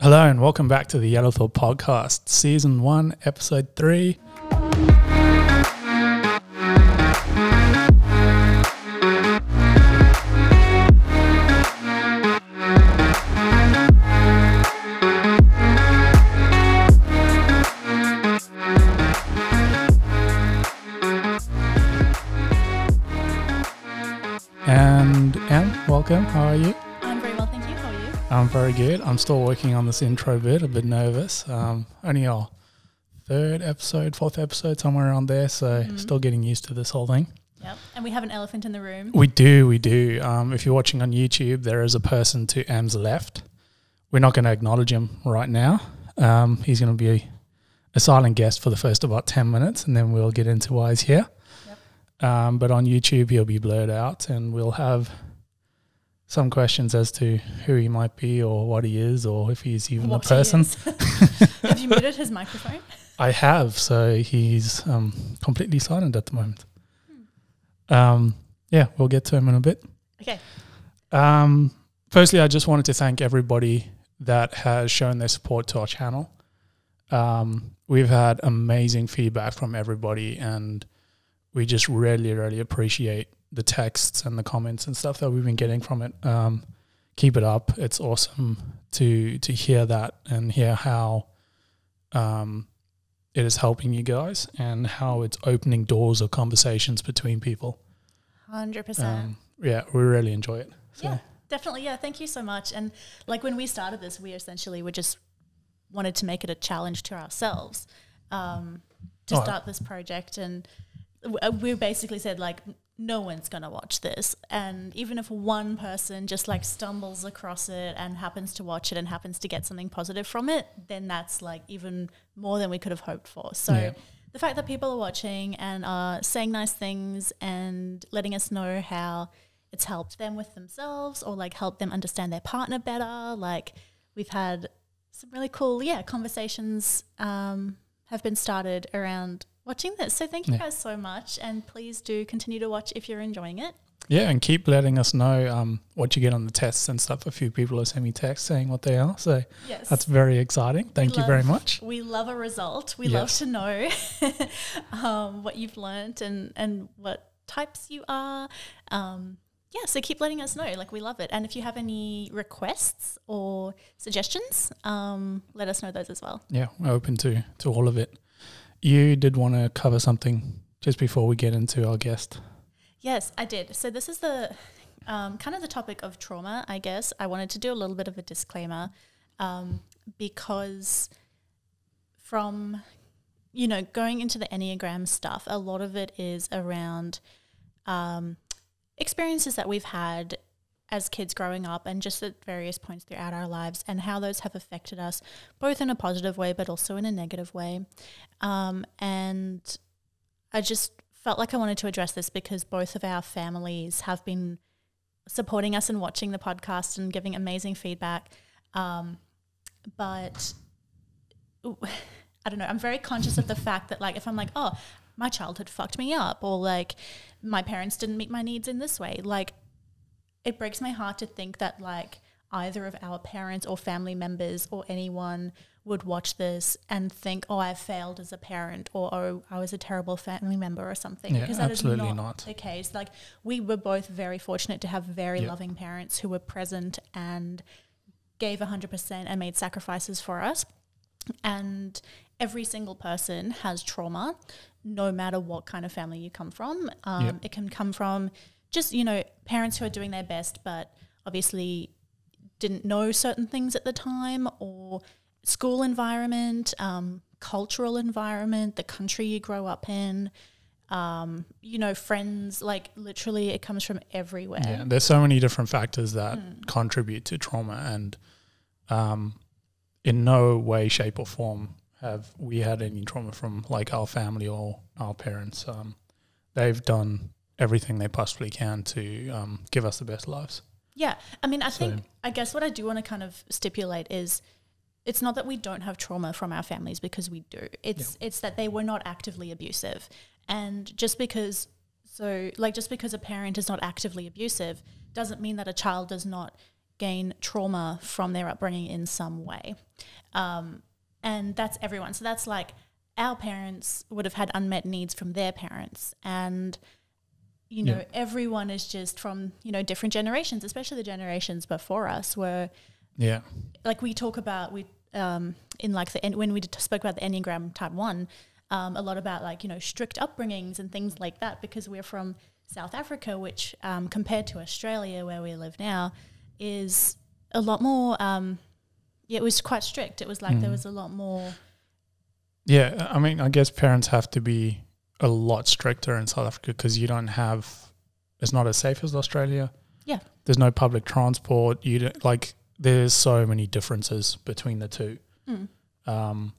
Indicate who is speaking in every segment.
Speaker 1: Hello and welcome back to the Yellowthorpe Podcast, Season 1, Episode 3. And Em, welcome. How are you?
Speaker 2: I'm very well, thank you. How are you?
Speaker 1: I'm Um, very good. I'm still working on this intro bit, a bit nervous. Um, only our third episode, fourth episode, somewhere around there. So
Speaker 2: Mhm.
Speaker 1: still getting used to this whole thing.
Speaker 2: Yep. And we have an elephant in the room.
Speaker 1: We do, we do. Um, if you're watching on YouTube, there is a person to Am's left. We're not going to acknowledge him right now. Um, he's going to be a silent guest for the first about 10 minutes, and then we'll get into why he's here. Um, but on YouTube, he'll be blurred out, and we'll have some questions as to who he might be or what he is or if he's even
Speaker 2: What
Speaker 1: a
Speaker 2: he
Speaker 1: person.
Speaker 2: is. have you muted his microphone?
Speaker 1: I have, so he's um, completely silent at the moment.
Speaker 2: Hmm.
Speaker 1: Um, yeah, we'll get to him in a bit.
Speaker 2: Okay.
Speaker 1: Um, firstly, I just wanted to thank everybody that has shown their support to our channel. Um, we've had amazing feedback from everybody, and we just really, really appreciate the texts and the comments and stuff that we've been getting from it. Um, keep it up; it's awesome to to hear that and hear how um, it is helping you guys and how it's opening doors of conversations between people.
Speaker 2: 100%.
Speaker 1: Um, yeah, we really enjoy it. So.
Speaker 2: Yeah. Definitely. Yeah. Thank you so much. And like when we started this, we essentially were just wanted to make it a challenge to ourselves um, to
Speaker 1: Oh.
Speaker 2: start this project. And w- uh, we basically said, like, no one's going to watch this. And even if one person just like stumbles across it and happens to watch it and happens to get something positive from it, then that's like even more than we could have hoped for. So
Speaker 1: Yeah.
Speaker 2: the fact that people are watching and are saying nice things and letting us know how it's helped them with themselves or like helped them understand their partner better. Like we've had some really cool, yeah, conversations um, have been started around watching this. So thank you
Speaker 1: Yeah.
Speaker 2: guys so much, and please do continue to watch if you're enjoying it.
Speaker 1: Yeah, and keep letting us know um, what you get on the tests and stuff. A few people have sent me texts saying what they are, so
Speaker 2: Yes.
Speaker 1: that's very exciting. Thank you very
Speaker 2: love-
Speaker 1: much.
Speaker 2: we love a result. We
Speaker 1: Yes.
Speaker 2: love to know um, what you've learnt and, and what types you are. Um, yeah, so keep letting us know. Like, we love it. And if you have any requests or suggestions, um, let us know those as well.
Speaker 1: Yeah, we're open to to all of it. You did want to cover something just before we get into our guest.
Speaker 2: Yes, I did. So this is the um, kind of the topic of trauma, I guess. I wanted to do a little bit of a disclaimer um, because from you know going into the enneagram stuff, a lot of it is around um, experiences that we've had as kids growing up and just at various points throughout our lives and how those have affected us both in a positive way but also in a negative way um, and I just felt like I wanted to address this because both of our families have been supporting us and watching the podcast and giving amazing feedback. Um, but ooh, I don't know. I'm very conscious of the fact that, like, if I'm like, oh, my childhood fucked me up, or like, my parents didn't meet my needs in this way, like, it breaks my heart to think that, like, either of our parents or family members or anyone would watch this and think, oh, I failed as a parent, or oh, I was a terrible family member or something.
Speaker 1: Yeah,
Speaker 2: because that is
Speaker 1: absolutely
Speaker 2: not,
Speaker 1: not.
Speaker 2: the case. Like, we were both very fortunate to have very
Speaker 1: Yeah.
Speaker 2: loving parents who were present and gave 100% and made sacrifices for us. And every single person has trauma, no matter what kind of family you come from. Um,
Speaker 1: Yep.
Speaker 2: It can come from just, you know, parents who are doing their best, but obviously didn't know certain things at the time, or school environment, um, cultural environment, the country you grow up in. Um, you know, friends, like literally, it comes from everywhere.
Speaker 1: Yeah, there's so many different factors that contribute to trauma, and um, in no way, shape, or form have we had any trauma from like our family or our parents. Um, they've done everything they possibly can to um, give us the best lives.
Speaker 2: Yeah. I mean, I
Speaker 1: So-
Speaker 2: think, I guess what I do want to kind of stipulate is it's not that we don't have trauma from our families because we do. It's it's that they were not actively abusive. And just because so like just because a parent is not actively abusive doesn't mean that a child does not gain trauma from their upbringing in some way. Um, and that's everyone. So that's like our parents would have had unmet needs from their parents. And, you know,
Speaker 1: Yeah.
Speaker 2: everyone is just from, you know, different generations, especially the generations before us were
Speaker 1: Yeah.
Speaker 2: like we talk about we um in like the en- when we d- spoke about the enneagram type one um, a lot about like you know strict upbringings and things like that because we're from south africa which um, compared to australia where we live now is a lot more um yeah, it was quite strict it was like there
Speaker 1: Mm.
Speaker 2: was a lot more
Speaker 1: Yeah, I mean, I guess parents have to be a lot stricter in South Africa because you don't have. It's not as safe as Australia.
Speaker 2: Yeah.
Speaker 1: There's no public transport. You don't, like. There's so many differences between the two,
Speaker 2: mm,
Speaker 1: um,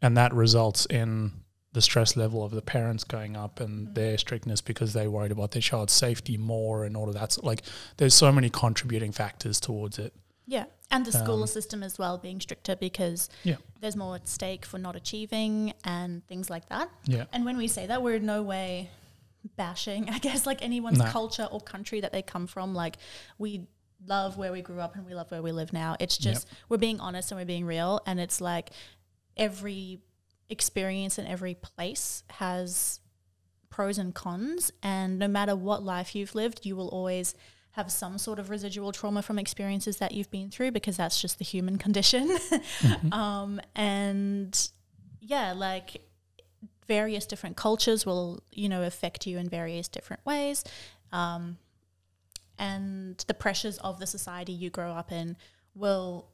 Speaker 1: and that results in the stress level of the parents going up and
Speaker 2: Mm.
Speaker 1: their strictness because they're worried about their child's safety more and all of that. So, like, there's so many contributing factors towards it.
Speaker 2: yeah and the school
Speaker 1: Um,
Speaker 2: system as well being stricter because
Speaker 1: Yeah.
Speaker 2: there's more at stake for not achieving and things like that
Speaker 1: Yeah.
Speaker 2: And when we say that, we're in no way bashing, I guess, like anyone's
Speaker 1: No.
Speaker 2: culture or country that they come from. Like, we love where we grew up and we love where we live now. It's
Speaker 1: Yep.
Speaker 2: just we're being honest and we're being real. And it's like every experience and every place has pros and cons. And no matter what life you've lived, you will always have some sort of residual trauma from experiences that you've been through because that's just the human condition.
Speaker 1: Mm-hmm.
Speaker 2: um, and yeah, like various different cultures will, you know, affect you in various different ways. Um, and the pressures of the society you grow up in will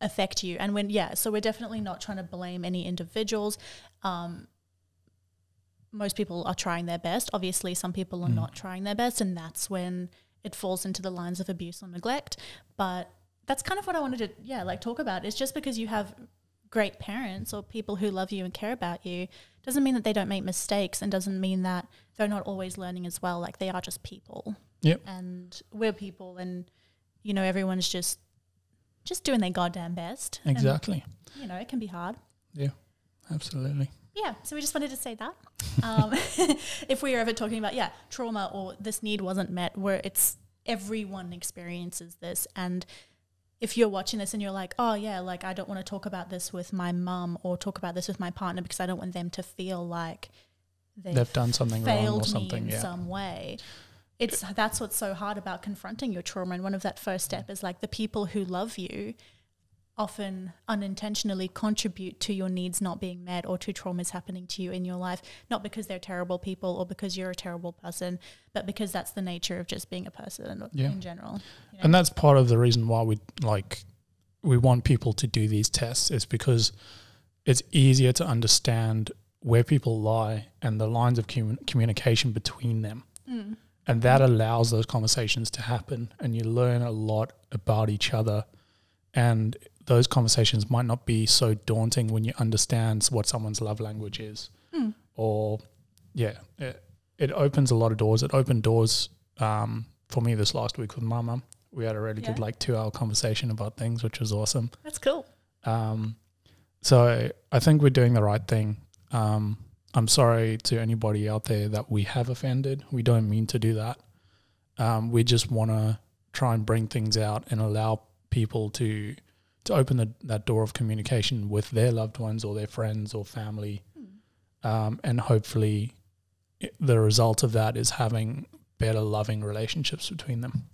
Speaker 2: affect you. And when, yeah, so we're definitely not trying to blame any individuals. Um, most people are trying their best. Obviously, some people are
Speaker 1: Mm.
Speaker 2: not trying their best, and that's when it falls into the lines of abuse or neglect. But that's kind of what I wanted to, yeah, like talk about. It's just because you have great parents or people who love you and care about you doesn't mean that they don't make mistakes and doesn't mean that they're not always learning as well. Like they are just people.
Speaker 1: Yep.
Speaker 2: And we're people and you know, everyone's just just doing their goddamn best. And,
Speaker 1: Exactly.
Speaker 2: you know, it can be hard.
Speaker 1: Absolutely.
Speaker 2: Yeah. So we just wanted to say that. Um, if we are ever talking about, yeah, trauma or this need wasn't met, where it's everyone experiences this and if you're watching this and you're like, oh yeah, like I don't want to talk about this with my mum or talk about this with my partner because I don't want them to feel like they've
Speaker 1: They've done something wrong
Speaker 2: failed
Speaker 1: or something.
Speaker 2: me in
Speaker 1: Yeah.
Speaker 2: some way. It's that's what's so hard about confronting your trauma. And one of that first step is like the people who love you often unintentionally contribute to your needs not being met or to traumas happening to you in your life, not because they're terrible people or because you're a terrible person, but because that's the nature of just being a person
Speaker 1: Yeah.
Speaker 2: in general. you know?
Speaker 1: And that's part of the reason why we like we want people to do these tests is because it's easier to understand where people lie and the lines of commu- communication between them.
Speaker 2: Mm.
Speaker 1: And that allows those conversations to happen and you learn a lot about each other and those conversations might not be so daunting when you understand what someone's love language is
Speaker 2: Mm.
Speaker 1: or yeah, it, it opens a lot of doors. It opened doors um, for me this last week with my mum. We had a really good
Speaker 2: Yeah.
Speaker 1: like two hour conversation about things, which was awesome.
Speaker 2: That's cool.
Speaker 1: Um, so I think we're doing the right thing. Um, I'm sorry to anybody out there that we have offended. We don't mean to do that. Um, we just want to try and bring things out and allow people to to open the, that door of communication with their loved ones or their friends or family
Speaker 2: Mm.
Speaker 1: um, and hopefully i- the result of that is having better loving relationships between them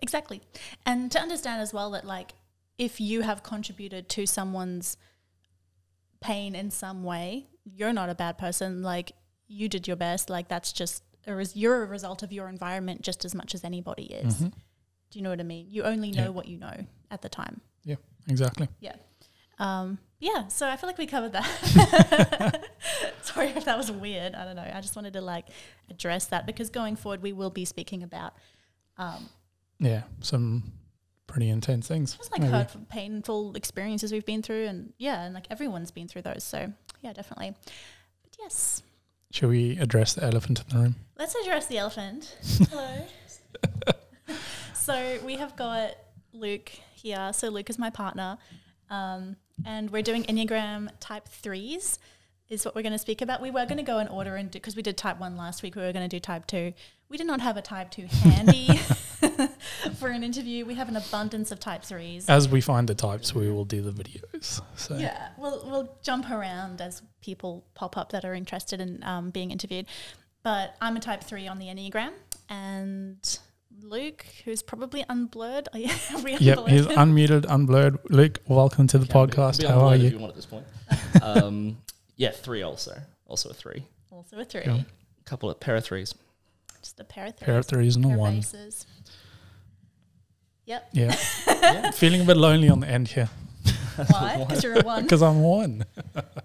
Speaker 2: Exactly. And to understand as well that, like, if you have contributed to someone's pain in some way, you're not a bad person. Like, you did your best. Like, that's just, a res- you're a result of your environment just as much as anybody is.
Speaker 1: Mhm.
Speaker 2: Do you know what I mean? You only know
Speaker 1: Yeah.
Speaker 2: what you know at the time.
Speaker 1: exactly
Speaker 2: Um, yeah, so I feel like we covered that. Sorry if that was weird. I don't know. I just wanted to like address that because going forward, we will be speaking about um,
Speaker 1: yeah some pretty intense things
Speaker 2: just like
Speaker 1: maybe.
Speaker 2: hurtful, painful experiences we've been through, and yeah, and like everyone's been through those. So yeah, definitely. But yes,
Speaker 1: should we address the elephant in the room
Speaker 2: let's address the elephant. Hello. so we have got Luke here. So Luke is my partner, um, and we're doing Enneagram Type Threes. Is what we're going to speak about. We were going to go in order and do because we did type one last week. We were going to do type two. We did not have a type two handy. for an interview. We have an abundance of type threes.
Speaker 1: As we find the types, we will do the videos. So
Speaker 2: Yeah, we'll we'll jump around as people pop up that are interested in um, being interviewed. But I'm a type three on the enneagram, and Luke, who's probably unblurred, are you- are we
Speaker 1: Yep, he's
Speaker 2: unblurred?
Speaker 1: unmuted, unblurred. Luke, welcome to the
Speaker 3: Can be-
Speaker 1: podcast.
Speaker 3: can be
Speaker 1: How are
Speaker 3: unblurred If
Speaker 1: you?
Speaker 3: you want at this point. um, yeah, three also. Also a three.
Speaker 2: also a three,
Speaker 1: Yeah.
Speaker 3: A couple of pair of threes.
Speaker 2: just a pair of threes,
Speaker 1: Pair of threes and a
Speaker 2: pair of
Speaker 1: one.
Speaker 2: aces. Yep.
Speaker 1: Yeah,
Speaker 3: Yeah.
Speaker 1: feeling a bit lonely on the end here
Speaker 2: Why? Because you're a one.
Speaker 1: because I'm one.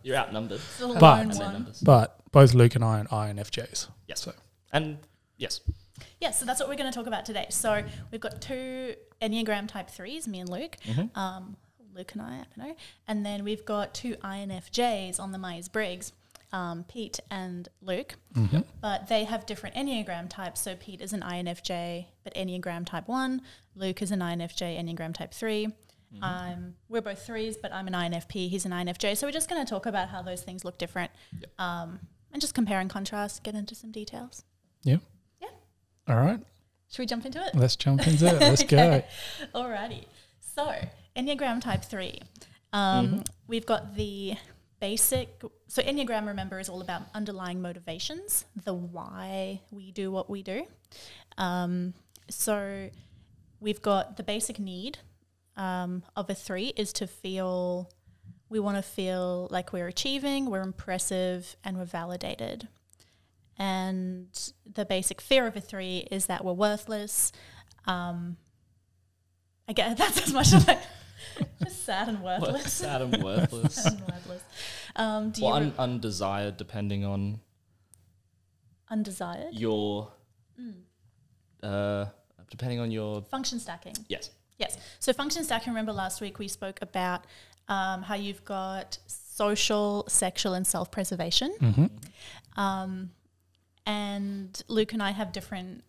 Speaker 3: You're outnumbered.
Speaker 2: Still a
Speaker 1: But-
Speaker 2: lone
Speaker 3: I'd say
Speaker 2: one.
Speaker 3: numbers.
Speaker 1: But both Luke and I are INFJs.
Speaker 3: Yes.
Speaker 1: So-
Speaker 3: And yes.
Speaker 2: Yeah, so that's what we're going to talk about today. So we've got two Enneagram Type 3s, me and Luke. Um, Luke and I, I don't know. And then we've got two INFJs on the Myers Briggs, um, Pete and Luke. But they have different Enneagram types. So Pete is an INFJ, but Enneagram Type 1. Luke is an INFJ, Enneagram Type 3. Um, we're both threes, but I'm an INFP, he's an INFJ. So we're just going to talk about how those things look different um, and just compare and contrast, get into some details.
Speaker 1: Yeah.
Speaker 2: Yeah.
Speaker 1: All right.
Speaker 2: Should we jump into it?
Speaker 1: Let's jump into it. Let's
Speaker 2: Okay. Alrighty. So Enneagram Type Three. Um, We've got the basic. So Enneagram, remember, is all about underlying motivations, the why we do what we do. Um, so we've got the basic need um, of a three is to feel. We want to feel like we're achieving, we're impressive, and we're validated. And the basic fear of a three is that we're worthless, um, I guess that's as much as I. Just sad and worthless.
Speaker 3: Sad and worthless.
Speaker 2: Sad and worthless. Um, do
Speaker 3: or
Speaker 2: you
Speaker 3: un-
Speaker 2: re-
Speaker 3: undesired, depending on
Speaker 2: undesired
Speaker 3: your.
Speaker 2: Mm.
Speaker 3: Uh, depending on your.
Speaker 2: function stacking?
Speaker 3: Yes.
Speaker 2: Yes. So function stacking. Remember last week we spoke about um, how you've got social, sexual, and self-preservation.
Speaker 1: hmm
Speaker 2: Um, and Luke and I have different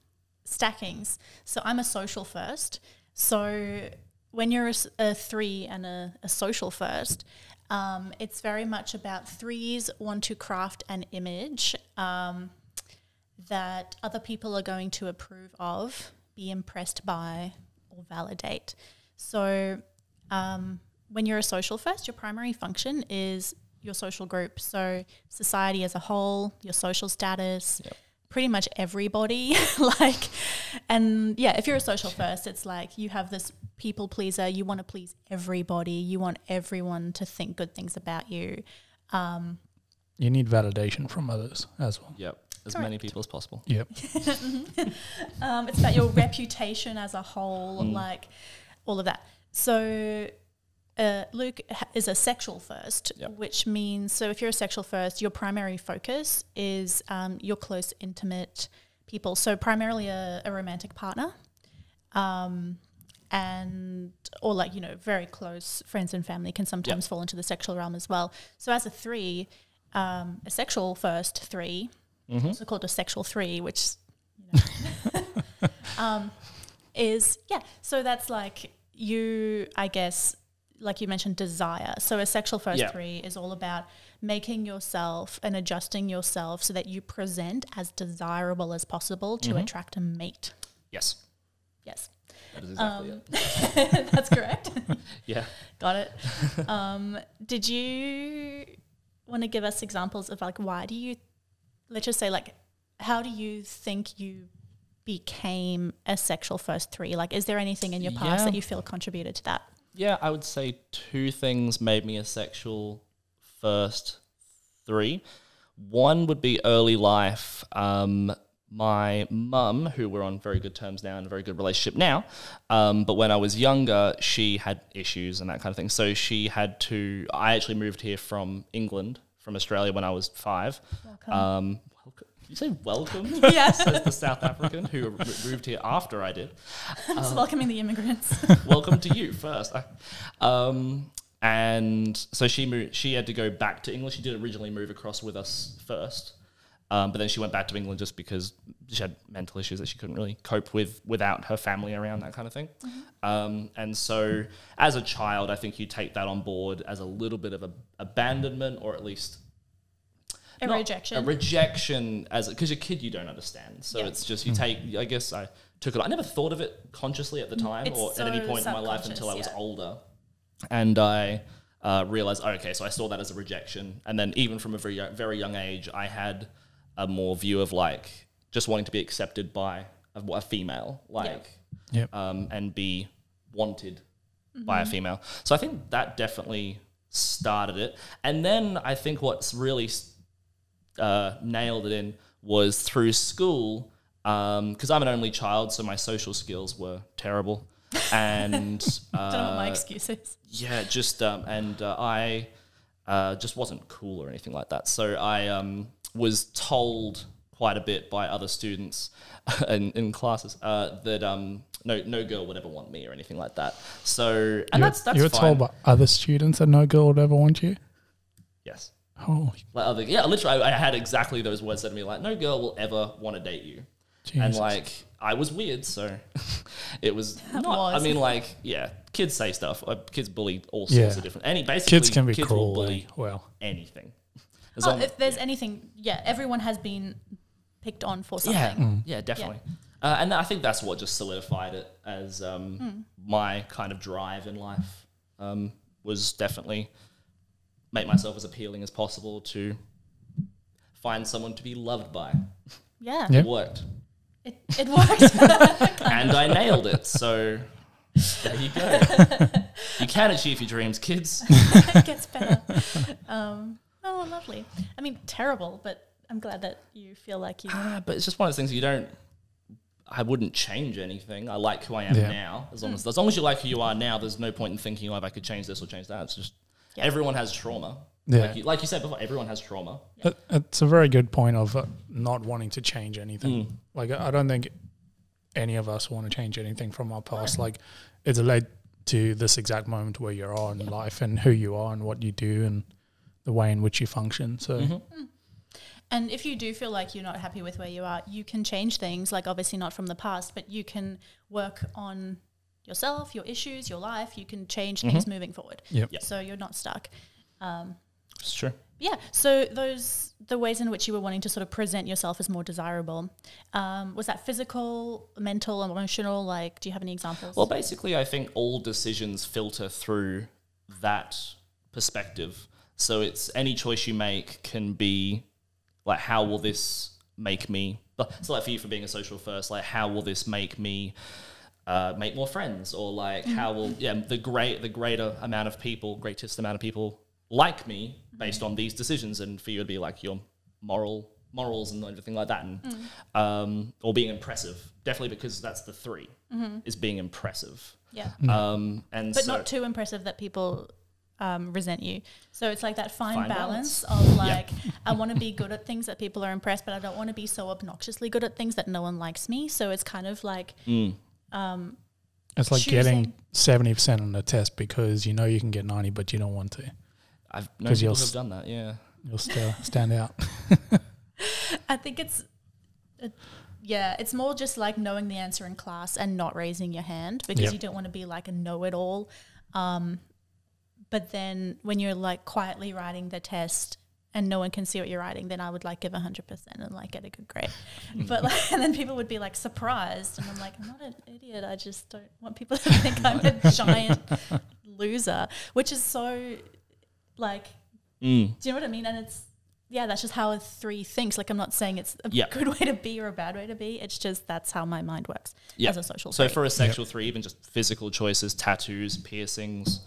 Speaker 2: stackings. So I'm a social first. So when you're a, s- a three and a, a social first, um, it's very much about threes want to craft an image um, that other people are going to approve of, be impressed by, or validate. So um, when you're a social first, your primary function is your social group. So society as a whole, your social status, pretty much everybody. like, and yeah, if you're a social first, it's like you have this people pleaser. You want to please everybody. You want everyone to think good things about you. Um,
Speaker 1: You need validation from others as well.
Speaker 3: Yep. As many
Speaker 2: Correct.
Speaker 3: people as possible.
Speaker 1: Yep.
Speaker 2: um, it's about your reputation as a whole, like all of that. So, uh, Luke ha- is a sexual first,
Speaker 3: Yep.
Speaker 2: which means so if you're a sexual first, your primary focus is um, your close, intimate people. So, primarily a, a romantic partner. Um, and or like you know very close friends and family can sometimes fall into the sexual realm as well so as a three um, a sexual first three also called a sexual three which um, is yeah so that's like you i guess like you mentioned desire so a sexual first
Speaker 3: Yeah.
Speaker 2: three is all about making yourself and adjusting yourself so that you present as desirable as possible to attract a mate
Speaker 3: Yes.
Speaker 2: yes
Speaker 3: That is exactly
Speaker 2: Um,
Speaker 3: it.
Speaker 2: that's correct
Speaker 3: Yeah.
Speaker 2: got it um, did you want to give us examples of like why do you let's just say like how do you think you became a sexual first three like is there anything in your past
Speaker 3: Yeah.
Speaker 2: that you feel contributed to that
Speaker 3: Yeah, I would say two things made me a sexual first three. One would be early life. Um, my mum, who we're on very good terms now and a very good relationship now, um, but when I was younger, she had issues and that kind of thing. So she had to. I actually moved here from England, from Australia, when I was five. Welcome. Um, welcome. Did You say welcome?
Speaker 2: Yes.
Speaker 3: Says the South African who r- moved here after I did Um,
Speaker 2: Just welcoming the immigrants.
Speaker 3: welcome to you first. I- Um, and so she moved, she had to go back to England. She did originally move across with us first, um, but then she went back to England just because she had mental issues that she couldn't really cope with without her family around that kind of thing. Um, and so, as a child, I think you take that on board as a little bit of a, abandonment, or at least
Speaker 2: A
Speaker 3: not-
Speaker 2: rejection.
Speaker 3: A rejection as because you're a kid, you don't understand. So
Speaker 2: Yeah.
Speaker 3: it's just you take. I guess I took it. I never thought of it consciously at the time
Speaker 2: Mm. It's
Speaker 3: or at any
Speaker 2: so
Speaker 3: point in my life until I was
Speaker 2: subconscious, yeah.
Speaker 3: older. And I uh, realized, oh, okay, so I saw that as a rejection. And then even from a very, very young age, I had a more view of like just wanting to be accepted by a, a female, like,
Speaker 1: Yep.
Speaker 3: um, and be wanted by a female. So I think that definitely started it. And then I think what's really uh, nailed it in was through school because I'm an only child, so my social skills were terrible. And uh,
Speaker 2: Don't know what my excuse is.
Speaker 3: yeah, just um, and uh, I uh, just wasn't cool or anything like that. So I um, was told quite a bit by other students in, in classes uh, that um, no no girl would ever want me or anything like that. So
Speaker 1: you,
Speaker 3: and that's that's
Speaker 1: you were
Speaker 3: fine.
Speaker 1: told by other students that no girl would ever want you.
Speaker 3: yes.
Speaker 1: Oh,
Speaker 3: Like other, yeah, literally, I, I had exactly those words said to me. Like, no girl will ever want to date you. And
Speaker 1: Jesus.
Speaker 3: like, I was weird, so it was not.
Speaker 2: was.
Speaker 3: I mean, like, yeah, kids say stuff. Uh, kids bully all sorts
Speaker 1: Yeah.
Speaker 3: of different. Any basically,
Speaker 1: kids can be
Speaker 3: will
Speaker 1: cruel.
Speaker 3: bully
Speaker 1: eh? Well,
Speaker 3: anything. As
Speaker 2: Oh,
Speaker 3: long-
Speaker 2: if there's
Speaker 3: yeah.
Speaker 2: anything, yeah, everyone has been picked on for something.
Speaker 3: yeah, yeah, definitely. Uh, and I think that's what just solidified it as um,
Speaker 2: Hmm.
Speaker 3: my kind of drive in life um, was definitely make myself as appealing as possible to find someone to be loved by.
Speaker 2: Yeah,
Speaker 1: Yeah.
Speaker 3: It worked.
Speaker 2: It, it worked.
Speaker 3: and I nailed it. So there you go. You can achieve your dreams, kids.
Speaker 2: it gets better. Um, oh, lovely. I mean, terrible, but I'm glad that you feel like you.
Speaker 3: Ah, but it's just one of those things you don't. I wouldn't change anything. I like who I am
Speaker 1: Yeah.
Speaker 3: now. As long as as long as you like who you are now, there's no point in thinking, "Oh, if I could change this or change that." It's just
Speaker 2: Yeah.
Speaker 3: everyone has trauma.
Speaker 1: Yeah.
Speaker 3: Like, you, like you said before, everyone has trauma.
Speaker 1: That- It's a very good point of uh, not wanting to change anything. Like I I don't think any of us want to change anything from our past. Like it's led to this exact moment where you are in life and who you are and what you do and the way in which you function. So
Speaker 2: And if you do feel like you're not happy with where you are, you can change things, like obviously not from the past, but you can work on yourself, your issues, your life. You can change things moving forward.
Speaker 1: Yep.
Speaker 3: Yeah.
Speaker 2: So you're not stuck. Um,
Speaker 3: It's true.
Speaker 2: yeah. So those the ways in which you were wanting to sort of present yourself as more desirable. Um, was that physical, mental, emotional? Like, do you have any examples?
Speaker 3: Well, basically, I think all decisions filter through that perspective. So it's any choice you make can be like, how will this make me? So, like for you, for being a social first, like, how will this make me? Uh, make more friends, or like how will
Speaker 2: Mm-hmm.
Speaker 3: yeah the great the greater amount of people, greatest amount of people like me based
Speaker 2: Mm-hmm.
Speaker 3: on these decisions, and for you it'd be like your moral morals and everything like that, and
Speaker 2: Mm.
Speaker 3: um, or being impressive definitely because that's the 3 is being impressive.
Speaker 2: yeah.
Speaker 3: Um, and
Speaker 2: Mm-hmm. But
Speaker 3: so,
Speaker 2: not too impressive that people um, resent you. So it's like that fine,
Speaker 3: Fine
Speaker 2: balance,
Speaker 3: balance.
Speaker 2: of like I want to be good at things that people are impressed, but I don't want to be so obnoxiously good at things that no one likes me. So it's kind of like
Speaker 1: it's like
Speaker 2: Choosing.
Speaker 1: getting seventy percent on a test because you know you can get ninety, but you don't want to.
Speaker 3: I've known
Speaker 1: 'Cause you'll
Speaker 3: people who've
Speaker 1: s-
Speaker 3: done that. Yeah,
Speaker 1: You'll still stand out.
Speaker 2: I think it's. it- Yeah, it's more just like knowing the answer in class and not raising your hand because
Speaker 1: Yep.
Speaker 2: you don't want to be like a know-it-all. Um, but then when you're like quietly writing the test and no one can see what you're writing, then I would like give hundred percent and like get a good grade. but like, and then people would be like surprised, and I'm like, I'm not an idiot. I just don't want people to think I'm a giant loser, which is so like do you know what I mean? And it's yeah, that's just how a three thinks. Like I'm not saying it's a
Speaker 3: Yeah.
Speaker 2: good way to be or a bad way to be. It's just that's how my mind works
Speaker 3: yeah.
Speaker 2: as a social.
Speaker 3: so
Speaker 2: So
Speaker 3: for a sexual three, even just physical choices, tattoos, piercings,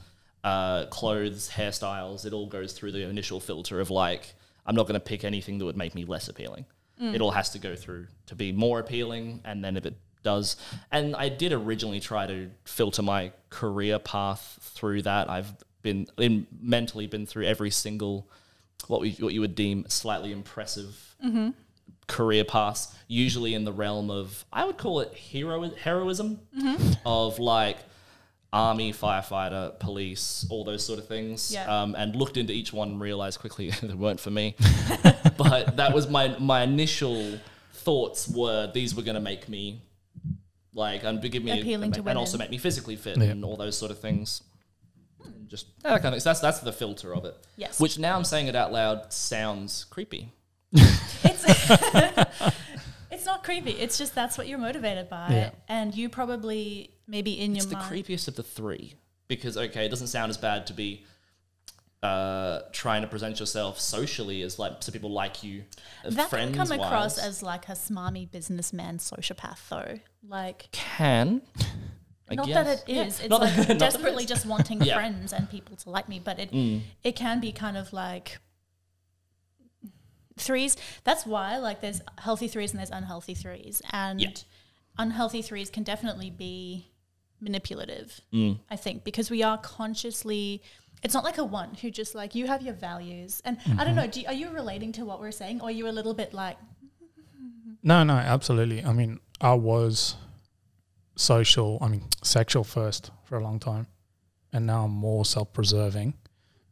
Speaker 3: uh, clothes, hairstyles, it all goes through the initial filter of like, I'm not going to pick anything that would make me less appealing.
Speaker 2: Mm.
Speaker 3: It all has to go through to be more appealing, and then if it does, and I did originally try to filter my career path through that. I've been in, mentally been through every single what we what you would deem slightly impressive career paths, usually in the realm of I would call it hero heroism
Speaker 2: Mm-hmm.
Speaker 3: of like army, firefighter, police, all those sort of things.
Speaker 2: Yeah.
Speaker 3: Um, and looked into each one and realized quickly they weren't for me. but that was my my initial thoughts were these were going to make me like and give me
Speaker 2: Appealing to
Speaker 3: and also
Speaker 2: women.
Speaker 3: make me physically fit
Speaker 1: Yeah.
Speaker 3: and all those sort of things. And Just that kind of that's that's the filter of it.
Speaker 2: Hmm. Yes.
Speaker 3: Which now I'm saying it out loud sounds creepy.
Speaker 2: it's it's not creepy. It's just that's what you're motivated by,
Speaker 1: Yeah.
Speaker 2: and you probably maybe in
Speaker 3: It's
Speaker 2: your
Speaker 3: the
Speaker 2: mind.
Speaker 3: creepiest of the three because okay, it doesn't sound as bad to be uh, trying to present yourself socially as like to people like you, uh,
Speaker 2: that can
Speaker 3: friends.
Speaker 2: come across
Speaker 3: wise.
Speaker 2: as like a smarmy businessman sociopath, though. Like,
Speaker 3: can. I
Speaker 2: not
Speaker 3: guess.
Speaker 2: that it
Speaker 3: Yeah.
Speaker 2: is. It's
Speaker 3: Not that-
Speaker 2: like
Speaker 3: not that-
Speaker 2: desperately just wanting
Speaker 3: Yeah. Mm.
Speaker 2: friends and people to like me, but it it can be kind of like threes. That's why like there's healthy threes and there's unhealthy threes, and
Speaker 3: Yeah.
Speaker 2: unhealthy threes can definitely be manipulative.
Speaker 3: Mm.
Speaker 2: I think because we are consciously. It's not like a one who just like you have your values, and I
Speaker 3: Mm-hmm.
Speaker 2: don't know. Do you, are you relating to what we're saying, or are you a little bit like
Speaker 1: No, no, absolutely. I mean, I was social, I mean, sexual first for a long time, and now I'm more self-preserving.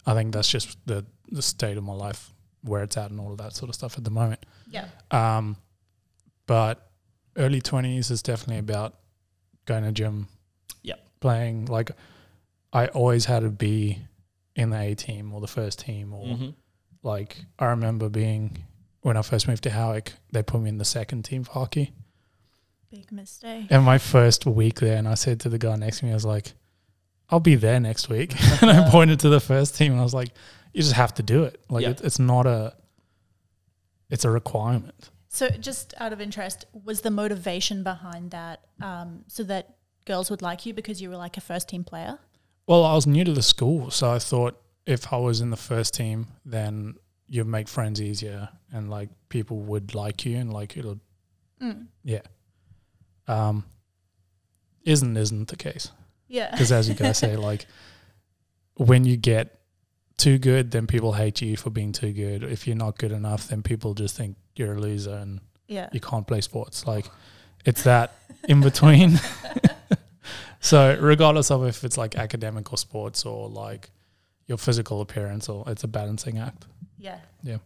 Speaker 1: I think that's just the the state of my life where it's at and all of that sort of stuff at the moment.
Speaker 2: yeah,
Speaker 1: Um, but early twenties is definitely about going to gym.
Speaker 3: Yep.
Speaker 1: Playing like I always had to be in the A team or the first team or
Speaker 3: Mhm.
Speaker 1: like I remember being when I first moved to Howick, they put me in the second team for hockey.
Speaker 2: big mistake?
Speaker 1: And my first week there, and I said to the guy next to me, I was like, "I'll be there next week." and I pointed to the first team, and I was like, "You just have to do it. Like
Speaker 3: Yeah.
Speaker 1: it, it's not a, it's a requirement."
Speaker 2: So, just out of interest, was the motivation behind that um, so that girls would like you because you were like a first team player?
Speaker 1: Well, I was new to the school, so I thought if I was in the first team, then you make friends easier, and like people would like you, and like it'll, yeah. Um, isn't isn't the case
Speaker 2: Yeah.
Speaker 1: because as you guys say, like when you get too good, then people hate you for being too good. If you're not good enough, then people just think you're a loser and
Speaker 2: Yeah.
Speaker 1: you can't play sports. Like it's that in between. so regardless of if it's like academic or sports or like your physical appearance or it's a balancing act.
Speaker 2: Yeah.
Speaker 1: Yeah.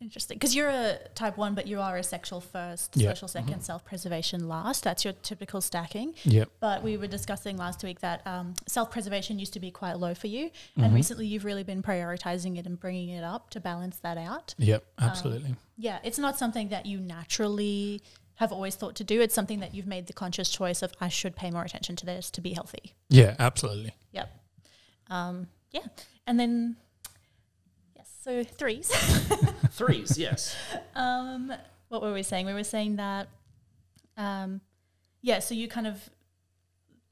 Speaker 2: Interesting. Because you're a type one, but you are a sexual first,
Speaker 1: Yeah. Mm-hmm.
Speaker 2: social 2nd self preservation last. That's your typical stacking.
Speaker 1: Yep.
Speaker 2: But we were discussing last week that um, self preservation used to be quite low for you.
Speaker 1: Mm-hmm.
Speaker 2: And recently you've really been prioritizing it and bringing it up to balance that out.
Speaker 1: Yep. Absolutely.
Speaker 2: Yeah, it's not something that you naturally have always thought to do. It's something that you've made the conscious choice of I should pay more attention to this to be healthy.
Speaker 1: yeah. Absolutely.
Speaker 2: Yep. Um, yeah. And then yes, so threes.
Speaker 3: Threes, yes.
Speaker 2: um, what were we saying? We were saying that um, yeah, so you kind of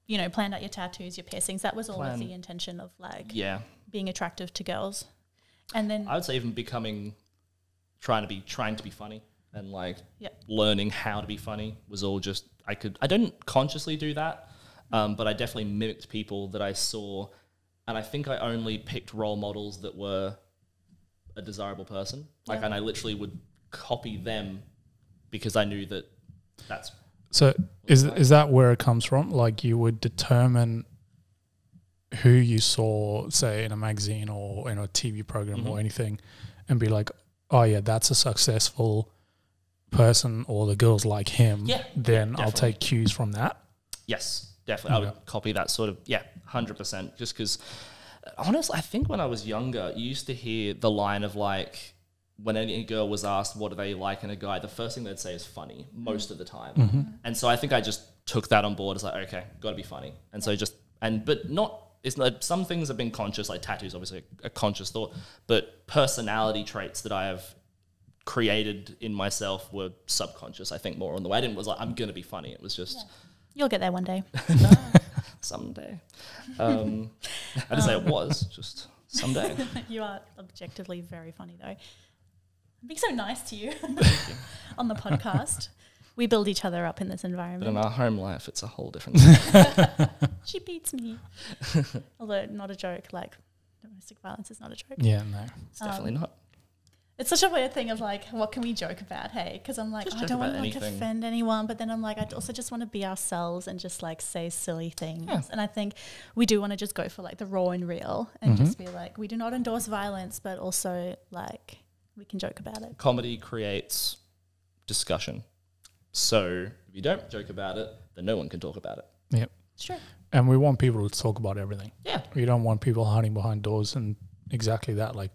Speaker 2: you know, planned out your tattoos, your piercings. That was all
Speaker 3: Plan-
Speaker 2: with the intention of like
Speaker 3: Yeah.
Speaker 2: being attractive to girls. And then
Speaker 3: I would say even becoming trying to be trying to be funny and like
Speaker 2: Yeah.
Speaker 3: learning how to be funny was all just I could I didn't consciously do that, um, but I definitely mimicked people that I saw, and I think I only picked role models that were a desirable person. Like,
Speaker 2: Yeah.
Speaker 3: and I literally would copy them because I knew that that's
Speaker 1: So is is that where it comes from? Like you would determine who you saw, say in a magazine or in a TV program
Speaker 3: Mm-hmm.
Speaker 1: or anything, and be like, oh yeah, that's a successful person, or the girls like him.
Speaker 3: Yeah,
Speaker 1: Then I'll
Speaker 3: definitely.
Speaker 1: take cues from that.
Speaker 3: Yes, definitely. I would copy that sort of, yeah, 100%. Just because, honestly, I think when I was younger, you used to hear the line of like, when any girl was asked, what do they like in a guy, the first thing they'd say is funny most of the time. And so I think I just took that on board as like, okay, got to be funny. And so just, and, but not, it's not, some things have been conscious, like tattoos, obviously a, a conscious thought, but personality traits that I have created in myself were subconscious, I think, more on the way. I didn't was like, I'm going to be funny. It was just,
Speaker 2: you'll get there one day.
Speaker 3: someday. Um, I didn't say it was, just someday.
Speaker 2: you are objectively very funny though. I'm being so nice to you on the podcast. We build each other up in this
Speaker 3: But in
Speaker 2: environment.
Speaker 3: our home life, it's a whole different. thing.
Speaker 2: She beats me. Although not a joke, like domestic violence is not a joke.
Speaker 1: Yeah, no.
Speaker 3: It's definitely not.
Speaker 2: It's such a weird thing of like, what can we joke about? Hey, because I'm like,
Speaker 3: Just
Speaker 2: oh, I
Speaker 3: joke
Speaker 2: don't want
Speaker 3: about
Speaker 2: to like
Speaker 3: anything.
Speaker 2: offend anyone, but then I'm like, I also just want to be ourselves and just like say silly things.
Speaker 3: Yeah.
Speaker 2: And I think we do want to just go for like the raw and real and just
Speaker 3: Mm-hmm.
Speaker 2: be like, we do not endorse violence, but also like we can joke about it.
Speaker 3: Comedy creates discussion. So if you don't joke about it, then no one can talk about it.
Speaker 2: Sure.
Speaker 1: And we want people to talk about everything.
Speaker 3: Yeah.
Speaker 1: We don't want people hiding behind doors and exactly that. Like,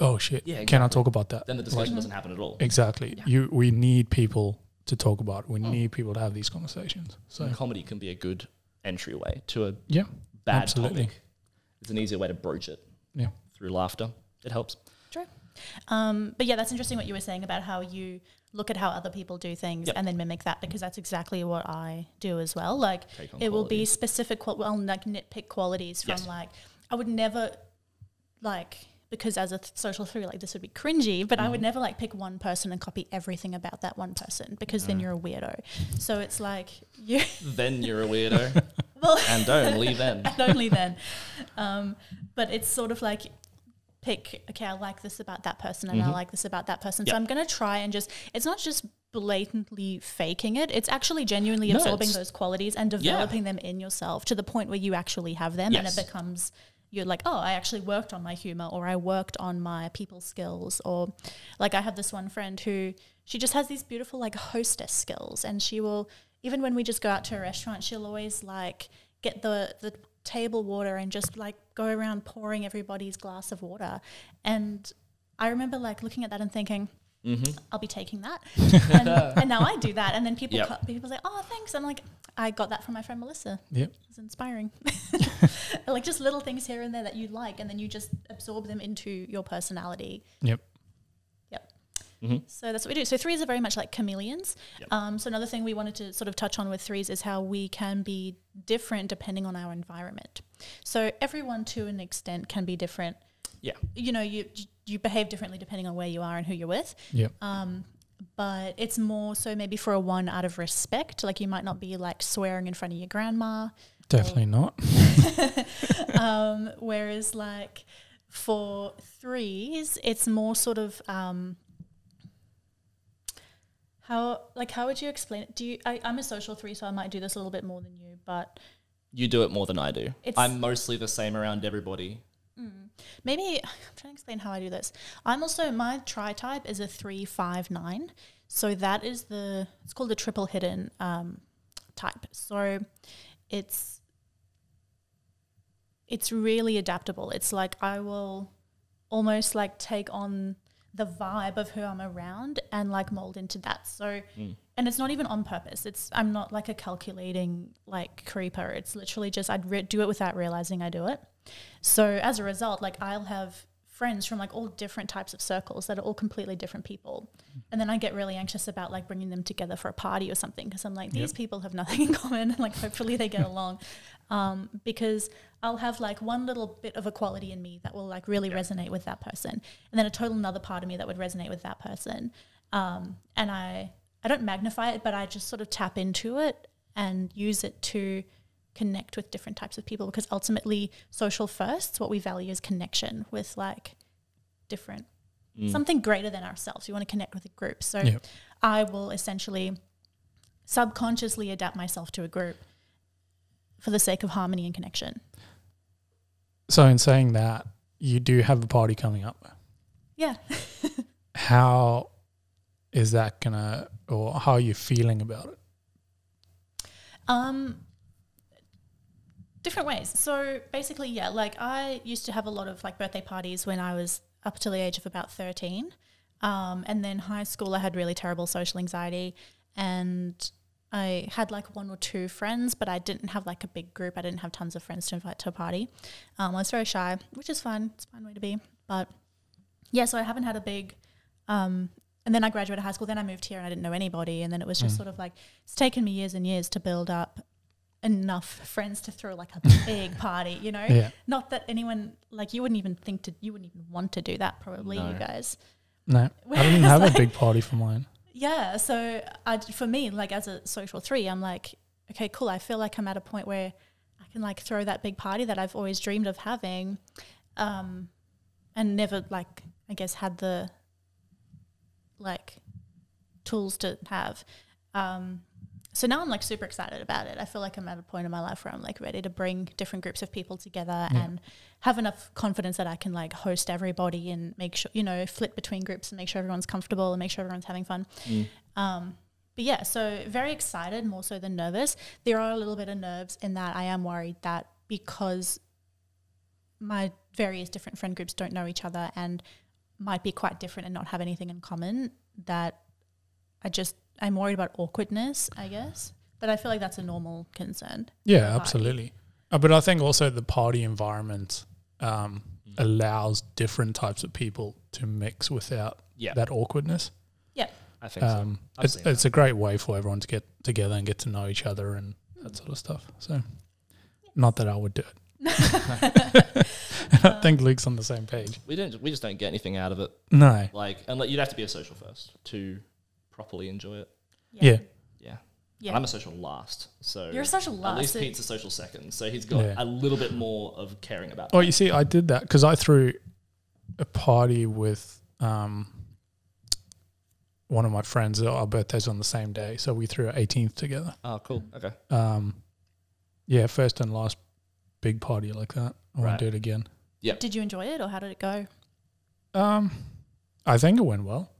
Speaker 1: oh shit,
Speaker 3: Yeah,
Speaker 1: can I talk about that?
Speaker 3: Then the discussion doesn't happen at all.
Speaker 1: Exactly. You we need people to talk about.
Speaker 3: Mm.
Speaker 1: We need people to have these conversations. So
Speaker 3: Comedy can be a good entryway to a
Speaker 1: yeah,
Speaker 3: bad
Speaker 1: Absolutely.
Speaker 3: topic. It's an easier way to broach it
Speaker 1: yeah,
Speaker 3: through laughter. It helps.
Speaker 2: True. Um, but yeah, that's interesting what you were saying about how you look at how other people do things
Speaker 3: Yep.
Speaker 2: and then mimic that because that's exactly what I do as well. Like
Speaker 3: Take on
Speaker 2: it will be
Speaker 3: qualities.
Speaker 2: specific, qual- well, like nitpick qualities from
Speaker 3: Yes.
Speaker 2: like I would never like because as a th- social theory, like this would be cringy, but
Speaker 3: Mm-hmm.
Speaker 2: I would never like pick one person and copy everything about that one person because
Speaker 3: Mm.
Speaker 2: then you're a weirdo. So it's like you
Speaker 3: Then you're a weirdo,
Speaker 2: well
Speaker 3: and only then.
Speaker 2: and only then. Um, but it's sort of like pick, okay, I like this about that person and I like this about that person.
Speaker 3: Mm-hmm. Yeah.
Speaker 2: So I'm going to try and just, it's not just blatantly faking it, it's actually genuinely
Speaker 3: No,
Speaker 2: absorbing
Speaker 3: it's-
Speaker 2: those qualities and developing them in yourself to the point where you actually have them
Speaker 3: Yes.
Speaker 2: and it becomes. You're like, oh, I actually worked on my humor, or I worked on my people skills, or like I have this one friend who she just has these beautiful like hostess skills, and she will even when we just go out to a restaurant, she'll always like get the the table water and just like go around pouring everybody's glass of water. And I remember like looking at that and thinking,
Speaker 3: Mm-hmm.
Speaker 2: I'll be taking that. and, and now I do that, and then people
Speaker 3: Yep.
Speaker 2: co- people say, oh, thanks. I'm like, I got that from my friend Melissa.
Speaker 1: yeah.
Speaker 2: It's inspiring. like just little things here and there that you like, and then you just absorb them into your personality.
Speaker 1: Yep.
Speaker 2: Yep. So that's what we do. So threes are very much like chameleons. Um, so another thing we wanted to sort of touch on with threes is how we can be different depending on our environment. So everyone to an extent can be different.
Speaker 3: Yeah.
Speaker 2: You know, you you behave differently depending on where you are and who you're with.
Speaker 1: Yep.
Speaker 2: But it's more so maybe for a one out of respect. Like you might not be like swearing in front of your grandma.
Speaker 1: Definitely not.
Speaker 2: Whereas, like for threes, it's more sort of um, how like how would you explain it? Do you? I, I'm a social three, so I might do this a little bit more than you, but
Speaker 3: You do it more than I do.
Speaker 2: It's-
Speaker 3: I'm mostly the same around everybody.
Speaker 2: maybe I'm trying to explain how I do this. I'm also my tri type is a three five nine, so that is the it's called the triple hidden um, type. So it's it's really adaptable. It's like I will almost like take on the vibe of who I'm around and like mold into that. So and it's not even on purpose. It's I'm not like a calculating like creeper. It's literally just I'd re- do it without realizing I do it. So as a result, like I'll have friends from like all different types of circles that are all completely different people. And then I get really anxious about like bringing them together for a party or something because I'm like these people have nothing in common and like hopefully they get along. Um, because I'll have like one little bit of a quality in me that will like really resonate with that person and then a total another part of me that would resonate with that person. Um, and I I don't magnify it, but I just sort of tap into it and use it to connect with different types of people because ultimately social first what we value is connection with like different something greater than ourselves we want to connect with a group so
Speaker 1: Yep.
Speaker 2: i will essentially subconsciously adapt myself to a group for the sake of harmony and connection
Speaker 1: So in saying that, you do have a party coming up.
Speaker 2: yeah
Speaker 1: How is that gonna, or how are you feeling about it?
Speaker 2: Um, different ways. So basically, yeah, like I used to have a lot of like birthday parties when I was up to the age of about 13. Um, and then high school, I had really terrible social anxiety and I had like one or two friends, but I didn't have like a big group. I didn't have tons of friends to invite to a party. Um, I was very shy, which is fine. It's a fine way to be. But yeah, so I haven't had a big, um, and then I graduated high school. Then I moved here and I didn't know anybody. And then it was just sort of like, it's taken me years and years to build up enough friends to throw like a big party, you know?
Speaker 1: Yeah.
Speaker 2: Not that anyone, like, you wouldn't even think to, you wouldn't even want to do that, probably,
Speaker 3: No.
Speaker 2: you guys.
Speaker 1: No, I didn't have a big party for mine.
Speaker 2: Yeah. So I, d- for me, like as a social three, I'm like, okay, cool. I feel like I'm at a point where I can like throw that big party that I've always dreamed of having, um, and never like I guess had the like tools to have. Um, so now I'm like super excited about it. I feel like I'm at a point in my life where I'm like ready to bring different groups of people together and have enough confidence that I can like host everybody and make sure, you know, flip between groups and make sure everyone's comfortable and make sure everyone's having fun. Um, but yeah, so very excited more so than nervous. There are a little bit of nerves in that I am worried that because my various different friend groups don't know each other and might be quite different and not have anything in common, that I just I'm worried about awkwardness, I guess. But I feel like that's a normal concern.
Speaker 1: Yeah,
Speaker 2: party.
Speaker 1: absolutely. Uh, but I think also the party environment um, allows different types of people to mix without
Speaker 3: Yeah.
Speaker 1: that awkwardness.
Speaker 3: I think so.
Speaker 1: Um,
Speaker 3: I've
Speaker 1: it's
Speaker 3: seen
Speaker 1: it's a great way for everyone to get together and get to know each other and that sort of stuff. So, not that I would do it. I think Luke's on the same page.
Speaker 3: We don't. We just don't get anything out of it.
Speaker 1: No.
Speaker 3: Like, unless you'd have to be a social first to properly enjoy it.
Speaker 1: Yeah.
Speaker 3: Yeah.
Speaker 2: Yeah.
Speaker 3: And I'm a social last, so
Speaker 2: You're such a
Speaker 3: at
Speaker 2: last.
Speaker 3: least
Speaker 2: so-
Speaker 3: Pete's a social second, so he's got
Speaker 1: Yeah.
Speaker 3: a little bit more of caring about.
Speaker 1: Oh, you see, I did that because I threw a party with um, one of my friends. Our birthday's on the same day, so we threw our 18th together.
Speaker 3: Oh, cool. Okay.
Speaker 1: um, yeah, first and last big party like that. I
Speaker 3: Right.
Speaker 1: won't do it again.
Speaker 2: Did you enjoy it or how did it go?
Speaker 1: Um, I think it went well.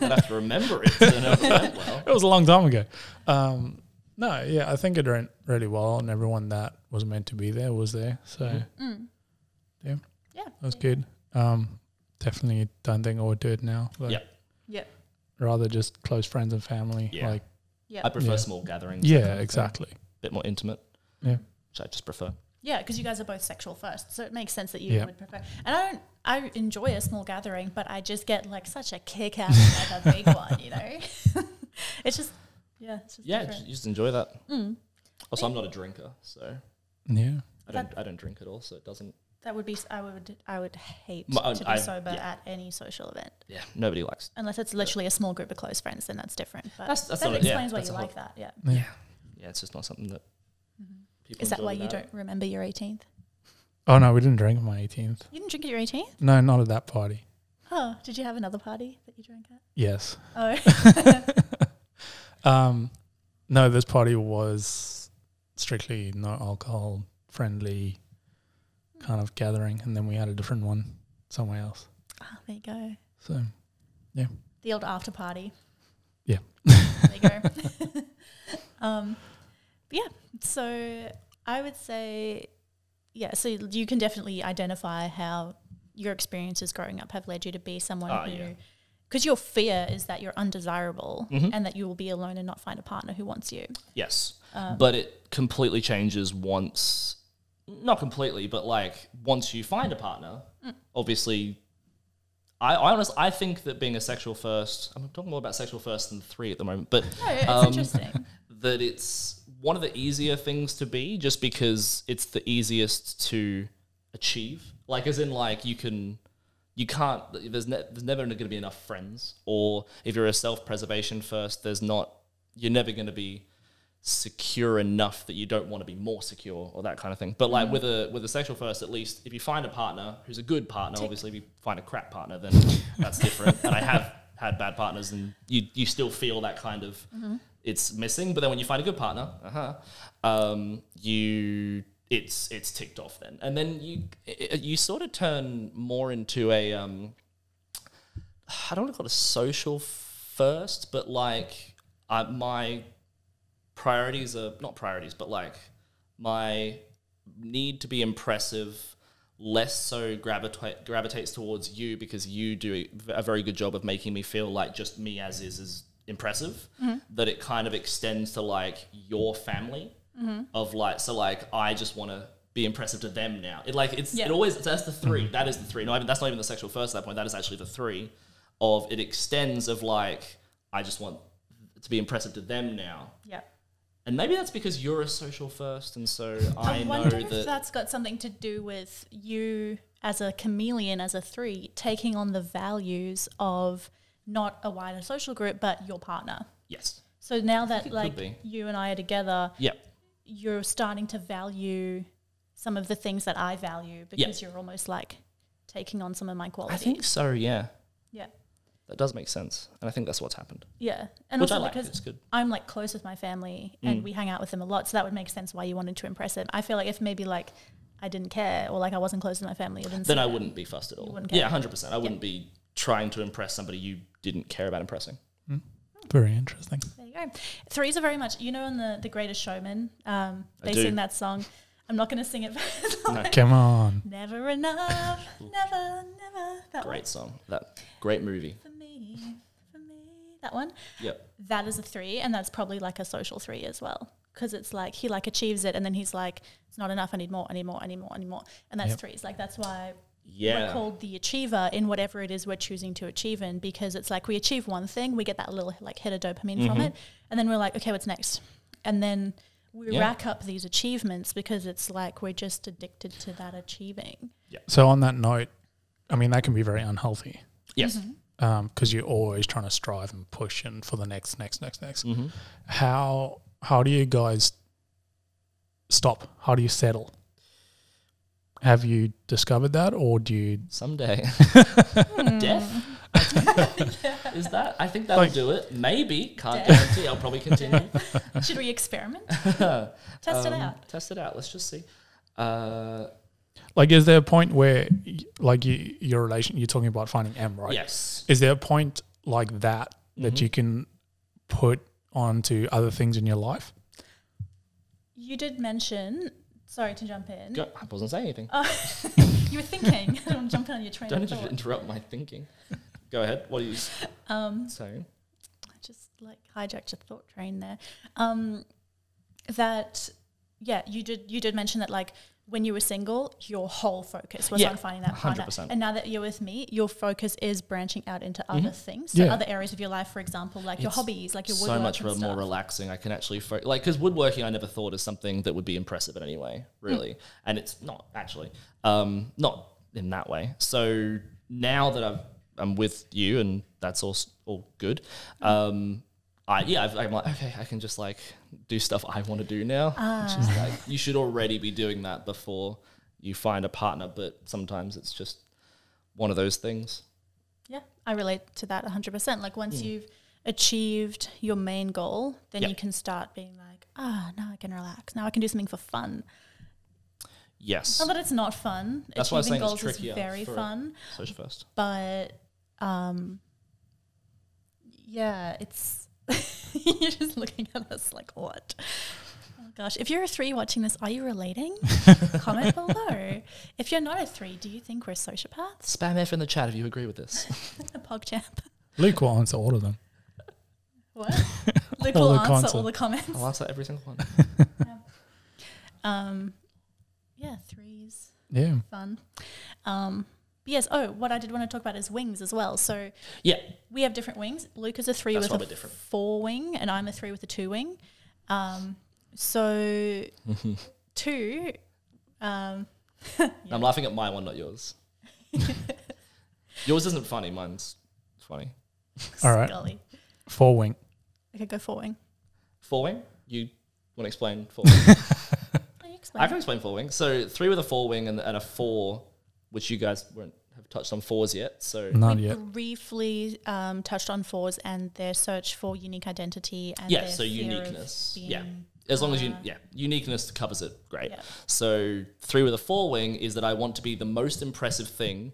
Speaker 3: I'd have to remember it to know if it went well.
Speaker 1: It was a long time ago. Um, no, yeah, I think it went really well, and everyone that was meant to be there was there, so
Speaker 3: Mhm.
Speaker 1: that
Speaker 2: Mm.
Speaker 1: Yeah.
Speaker 2: Yeah.
Speaker 1: was good. Um, definitely don't think I would do it now. Like,
Speaker 3: Yep.
Speaker 2: Yep.
Speaker 1: Rather just close friends and family.
Speaker 3: Yeah.
Speaker 1: Like,
Speaker 3: I prefer
Speaker 1: Yeah.
Speaker 3: small gatherings. that kind
Speaker 1: yeah,
Speaker 3: of thing.
Speaker 1: exactly.
Speaker 3: bit more intimate.
Speaker 1: Yeah.
Speaker 3: Which I just prefer.
Speaker 2: Yeah, because you guys are both sexual first, so it makes sense that you
Speaker 1: Yeah.
Speaker 2: would prefer. And I don't, I enjoy a small gathering, but I just get like such a kick out of like a big one, you know. it's just, yeah, it's just
Speaker 3: Yeah,
Speaker 2: different.
Speaker 3: just, just enjoy that.
Speaker 2: Mm,
Speaker 3: Also, I'm not a drinker, so
Speaker 1: Yeah.
Speaker 3: I don't. I don't drink at all, so it doesn't.
Speaker 2: that would be, s- I would, I would hate
Speaker 3: My own-
Speaker 2: to be
Speaker 3: I-
Speaker 2: sober
Speaker 3: yeah.
Speaker 2: at any social event
Speaker 3: Yeah, nobody likes.
Speaker 2: unless it's literally a small group of close friends. Then that's different. But
Speaker 3: That's- that's
Speaker 2: that
Speaker 3: not a- yeah,
Speaker 2: explains why
Speaker 3: that's
Speaker 2: you
Speaker 3: a whole-
Speaker 2: like that. Yeah.
Speaker 1: Yeah.
Speaker 3: Yeah, it's just not something that people.
Speaker 2: Is that
Speaker 3: Mm-hmm. enjoy
Speaker 2: why you
Speaker 3: without
Speaker 2: don't
Speaker 3: it.
Speaker 2: remember your 18th?
Speaker 1: Oh no, we didn't drink on my 18th.
Speaker 2: You didn't drink at your 18th?
Speaker 1: No, not at that party.
Speaker 2: Oh, did you have another party that you drank at?
Speaker 1: Yes.
Speaker 2: Oh,
Speaker 1: um, no, this party was strictly no alcohol friendly kind of gathering, and then we had a different one somewhere else.
Speaker 2: Ah, there you go.
Speaker 1: So
Speaker 2: The old after party.
Speaker 1: Yeah.
Speaker 2: there you go. um, but yeah. So I would say, yeah. So you can definitely identify how your experiences growing up have led you to be someone
Speaker 3: Ah,
Speaker 2: who,
Speaker 3: yeah.
Speaker 2: because your fear is that you're undesirable
Speaker 3: Mhm.
Speaker 2: and that you will be alone and not find a partner who wants you.
Speaker 3: Yes,
Speaker 2: Um,
Speaker 3: but it completely changes once. Not completely, but like once you find a partner,
Speaker 2: Mm.
Speaker 3: obviously. I, I honestly, I think that being a sexual first. I'm talking more about sexual first than three at the moment, but
Speaker 2: no, it's
Speaker 3: um,
Speaker 2: interesting.
Speaker 3: that it's one of the easier things to be just because it's the easiest to achieve like as in like you can you can't there's, ne- there's never going to be enough friends or if you're a self-preservation first there's not you're never going to be secure enough that you don't want to be more secure or that kind of thing but like with a with a sexual first at least if you find a partner who's a good partner obviously if you find a crap partner then that's different and i have had bad partners and you you still feel that kind of it's missing. But then when you find a good partner, uh-huh, um, you it's it's ticked off then, and then you i- i- you sort of turn more into a um, I don't want to call it a social first, but like I, my priorities are not priorities, but like my need to be impressive less so gravita- gravitates towards you because you do a very good job of making me feel like just me as is is impressive that it kind of extends to like your family of like so like i just want to be impressive to them now it like it's
Speaker 2: Yeah.
Speaker 3: it always that's the three that is the three no I mean, that's not even the sexual first at that point that is actually the three of it extends of like i just want to be impressive to them now
Speaker 2: yeah.
Speaker 3: and maybe that's because you're a social first, and so I,
Speaker 2: I
Speaker 3: know
Speaker 2: wonder if
Speaker 3: that.
Speaker 2: that's got something to do with you as a chameleon, as a three, taking on the values of not a wider social group, but your partner.
Speaker 3: Yes.
Speaker 2: So now that
Speaker 3: could
Speaker 2: like
Speaker 3: be.
Speaker 2: you and I are together,
Speaker 3: Yep.
Speaker 2: you're starting to value some of the things that I value because you're almost like taking on some of my
Speaker 3: I
Speaker 2: qualities.
Speaker 3: think so. Yeah,
Speaker 2: yeah,
Speaker 3: that does make sense, and I think that's what's happened,
Speaker 2: yeah, and
Speaker 3: which I
Speaker 2: also
Speaker 3: like.
Speaker 2: because
Speaker 3: It's good. Mm.
Speaker 2: I'm like close with my family and we hang out with them a lot, so that would make sense why you wanted to impress them. I feel like if maybe like I didn't care or like I wasn't close with my family, I didn't.
Speaker 3: Then
Speaker 2: see
Speaker 3: I
Speaker 2: that.
Speaker 3: wouldn't be fussed at all.
Speaker 2: wouldn't care.
Speaker 3: Yeah, hundred percent. I wouldn't be trying to impress somebody you didn't care about impressing.
Speaker 1: very interesting.
Speaker 2: There you go. Threes are very much, you know, in the The Greatest Showman, um,
Speaker 3: I
Speaker 2: they
Speaker 3: do.
Speaker 2: sing that song. I'm not going to sing it.
Speaker 1: Come on.
Speaker 2: never enough, never, never. That
Speaker 3: Great song. That great movie.
Speaker 2: one for me, for me, that one.
Speaker 3: Yep.
Speaker 2: That is a three, and that's probably like a social three as well, because it's like he like achieves it, and then he's like, it's not enough. I need more. I need more. I need more. I need more. And that's
Speaker 1: Yep.
Speaker 2: threes. Like that's why we're
Speaker 3: Yeah.
Speaker 2: called the achiever in whatever it is we're choosing to achieve in, because it's like we achieve one thing, we get that little like hit of dopamine
Speaker 3: Mm-hmm.
Speaker 2: from it, and then we're like, okay, what's next? And then we
Speaker 3: Yeah.
Speaker 2: rack up these achievements because it's like we're just addicted to that achieving.
Speaker 1: So on that note, I mean that can be very unhealthy
Speaker 3: Yes. Mm-hmm.
Speaker 1: because you're always trying to strive and push and for the next, next, next, next.
Speaker 3: Mm.
Speaker 1: How how do you guys stop? How do you settle? Have you discovered that, or do you?
Speaker 3: Someday. Death? Is that? I think that'll
Speaker 1: Like-
Speaker 3: do it. Maybe. Can't
Speaker 2: Death.
Speaker 3: guarantee. I'll probably continue.
Speaker 2: Should we experiment? Test it
Speaker 3: Um,
Speaker 2: out.
Speaker 3: Test it out. Let's just see. Uh,
Speaker 1: Like, is there a point where, y- like, you, your relation, you're talking about finding M, right?
Speaker 3: Yes.
Speaker 1: Is there a point like that that
Speaker 3: Mhm.
Speaker 1: you can put onto other things in your life?
Speaker 2: You did mention, sorry to jump in.
Speaker 3: Go- I wasn't saying anything.
Speaker 2: You were thinking, I'm jumping on your train of
Speaker 3: Don't inter-
Speaker 2: thought.
Speaker 3: interrupt my thinking. Go ahead. What are you
Speaker 2: Um,
Speaker 3: saying?
Speaker 2: I just like hijacked your thought train there. Um, that yeah, you did you did mention that like when you were single, your whole focus was
Speaker 3: Yeah,
Speaker 2: on finding that partner.
Speaker 3: 100%.
Speaker 2: And now that you're with me, your focus is branching out into other things, so
Speaker 1: Yeah.
Speaker 2: other areas of your life. For example, like your
Speaker 3: Mm-hmm. It's
Speaker 2: hobbies, like your woodwork
Speaker 3: so much
Speaker 2: and
Speaker 3: re- more
Speaker 2: stuff.
Speaker 3: relaxing. I can actually fo- like because woodworking I never thought is something that would be impressive in any way,
Speaker 2: Hmm.
Speaker 3: really, and it's not actually, um, not in that way. So now that I've, I'm with you and that's all s- all good, um, I yeah I've, I'm like okay I can just like do stuff I want to do now. Which
Speaker 2: Ah.
Speaker 3: is like you should already be doing that before you find a partner, but sometimes it's just one of those things.
Speaker 2: Yeah, I relate to that 100%. Like once you've achieved your main goal, then
Speaker 3: Yeah.
Speaker 2: you can start being like, ah, now I can relax. Now I can do something for fun.
Speaker 3: Yes,
Speaker 2: Not that it's not fun.
Speaker 3: That's why I was
Speaker 2: Achieving
Speaker 3: saying
Speaker 2: goals
Speaker 3: it's
Speaker 2: is
Speaker 3: trickier
Speaker 2: very
Speaker 3: for-
Speaker 2: fun,
Speaker 3: social first.
Speaker 2: but um, yeah, it's you're just looking at us like what? Oh gosh, if you're a three watching this, are you relating? Comment below. If you're not a three, do you think we're sociopaths?
Speaker 3: Spam F in the chat if you agree with this.
Speaker 2: Pogchamp.
Speaker 1: Luke will answer all of them.
Speaker 2: What? Luke
Speaker 1: All
Speaker 2: will
Speaker 1: the
Speaker 2: answer all
Speaker 1: content.
Speaker 2: the comments.
Speaker 3: I'll answer every single one.
Speaker 2: Um, yeah, threes,
Speaker 1: Yeah.
Speaker 2: fun. Um, but yes. Oh, what I did want to talk about is wings as well. So
Speaker 3: Yeah,
Speaker 2: we have different wings. Luke is a three
Speaker 3: That's why
Speaker 2: with a
Speaker 3: we're different.
Speaker 2: four wing, and I'm a three with a two wing. Um, so two. Um,
Speaker 3: I'm laughing at my one, not yours. yours isn't funny. Mine's funny.
Speaker 1: All right.
Speaker 2: Scully.
Speaker 1: Four wing.
Speaker 2: Okay, go four wing.
Speaker 3: Four wing. You want to explain four? wing?
Speaker 2: Oh, you explain.
Speaker 3: I can explain four wing. So three with a four wing and, and a four, which you guys won't have touched on fours yet. So
Speaker 1: Not
Speaker 2: we
Speaker 1: yet.
Speaker 2: briefly um, touched on fours and their search for unique identity and
Speaker 3: yeah,
Speaker 2: their
Speaker 3: so
Speaker 2: fear of
Speaker 3: uniqueness. Yeah.
Speaker 2: being-
Speaker 3: As long as you, yeah, uniqueness covers it. Great.
Speaker 2: Yeah.
Speaker 3: So three with a four wing is that I want to be the most impressive thing,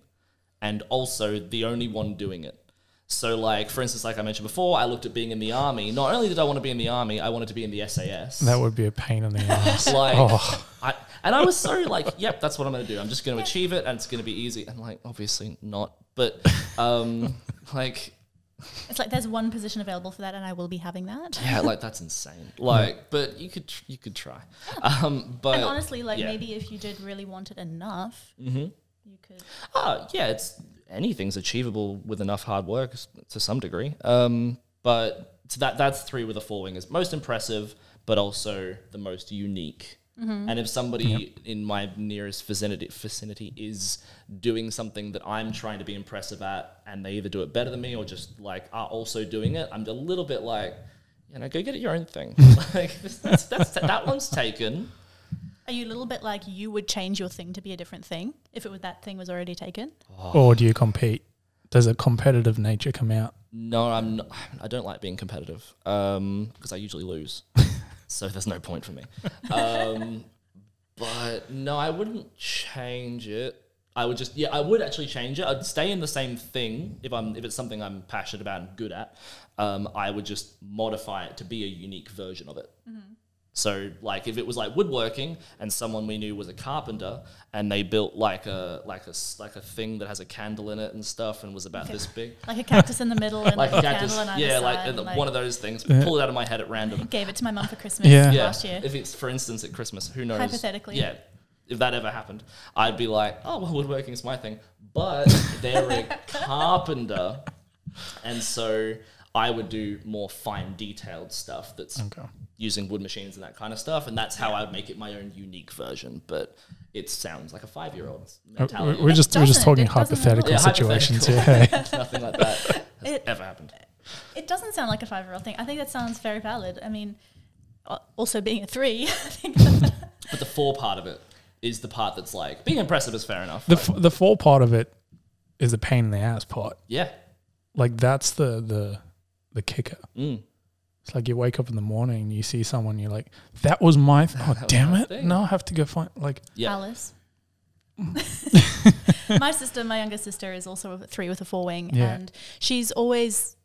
Speaker 3: and also the only one doing it. So, like for instance, like I mentioned before, I looked at being in the army. Not only did I want to be in the army, I wanted to be in the SAS.
Speaker 1: That would be a pain in the ass.
Speaker 3: like,
Speaker 1: Oh.
Speaker 3: I, and I was so like, yep, that's what I'm going to do. I'm just going to achieve it, and it's going to be easy. And like, obviously not, but um, like
Speaker 2: It's like there's one position available for that, and I will be having that.
Speaker 3: Yeah, like that's insane. Like, but you could tr- you could try. Um, but
Speaker 2: and honestly, like
Speaker 3: yeah. Mm-hmm.
Speaker 2: maybe if you did really want it enough, you could.
Speaker 3: ah, yeah, it's anything's achievable with enough hard work s- to some degree. Um, but so that that's three with a four wing is most impressive, but also the most unique.
Speaker 2: Mm-hmm.
Speaker 3: And if somebody in my nearest vicinity vicinity is doing something that I'm trying to be impressive at, and they either do it better than me or just like are also doing it, I'm a little bit like, you know, go get it your own thing. like that's, that's that one's taken.
Speaker 2: Are you a little bit like you would change your thing to be a different thing if it was that thing was already taken?
Speaker 3: Oh.
Speaker 1: Or do you compete? Does a competitive nature come out?
Speaker 3: No, I'm. Not, I don't like being competitive because I usually lose, so there's no point for me. Um, but no, I wouldn't change it. I would just yeah, I would actually change it. I'd stay in the same thing if I'm if it's something I'm passionate about and good at. Um, I would just modify it to be a unique version of it. So, like, if it was like woodworking, and someone we knew was a carpenter, and they built like a like a s- like a thing that has a candle in it and stuff, and was about this big,
Speaker 2: Like a cactus in the middle and
Speaker 3: like
Speaker 2: like
Speaker 3: a
Speaker 2: candle
Speaker 3: cactus,
Speaker 2: on either
Speaker 3: yeah,
Speaker 2: side.
Speaker 3: like,
Speaker 2: and,
Speaker 3: uh,
Speaker 2: like,
Speaker 3: one of those things. Pull it out of my head at random.
Speaker 2: gave it to my mum for Christmas
Speaker 1: Yeah.
Speaker 3: Yeah,
Speaker 2: last year.
Speaker 3: if it's for instance at Christmas, who knows?
Speaker 2: Hypothetically.
Speaker 3: yeah. If that ever happened, I'd be like, oh well, woodworking's my thing, but they're a carpenter, and so I would do more fine detailed stuff that's
Speaker 1: Okay.
Speaker 3: using wood machines and that kind of stuff, and that's how I would make it my own unique version. But it sounds like a five year old's
Speaker 1: Uh,
Speaker 3: mentality.
Speaker 1: We're just we're just talking
Speaker 2: doesn't- it doesn't
Speaker 1: hypothetical
Speaker 3: Yeah,
Speaker 1: situations here.
Speaker 3: hypothetical. Nothing like that has
Speaker 2: It-
Speaker 3: ever happened.
Speaker 2: It doesn't sound like a five year old thing. I think that sounds very valid. I mean, uh, also being a three, I think
Speaker 3: But the four part of it is the part that's like being impressive is fair enough.
Speaker 1: the
Speaker 3: like,
Speaker 1: f- the fall part of it is the pain in the ass part.
Speaker 3: yeah.
Speaker 1: Like that's the the the kicker.
Speaker 3: Mm.
Speaker 1: It's like you wake up in the morning and you see someone, you're like, "That was my th- oh
Speaker 3: was
Speaker 1: damn
Speaker 3: my
Speaker 1: it!
Speaker 3: thing."
Speaker 1: Now I have to go find like
Speaker 3: Yeah.
Speaker 2: Alice. my sister, my younger sister, is also a three with a four wing,
Speaker 1: Yeah.
Speaker 2: and she's always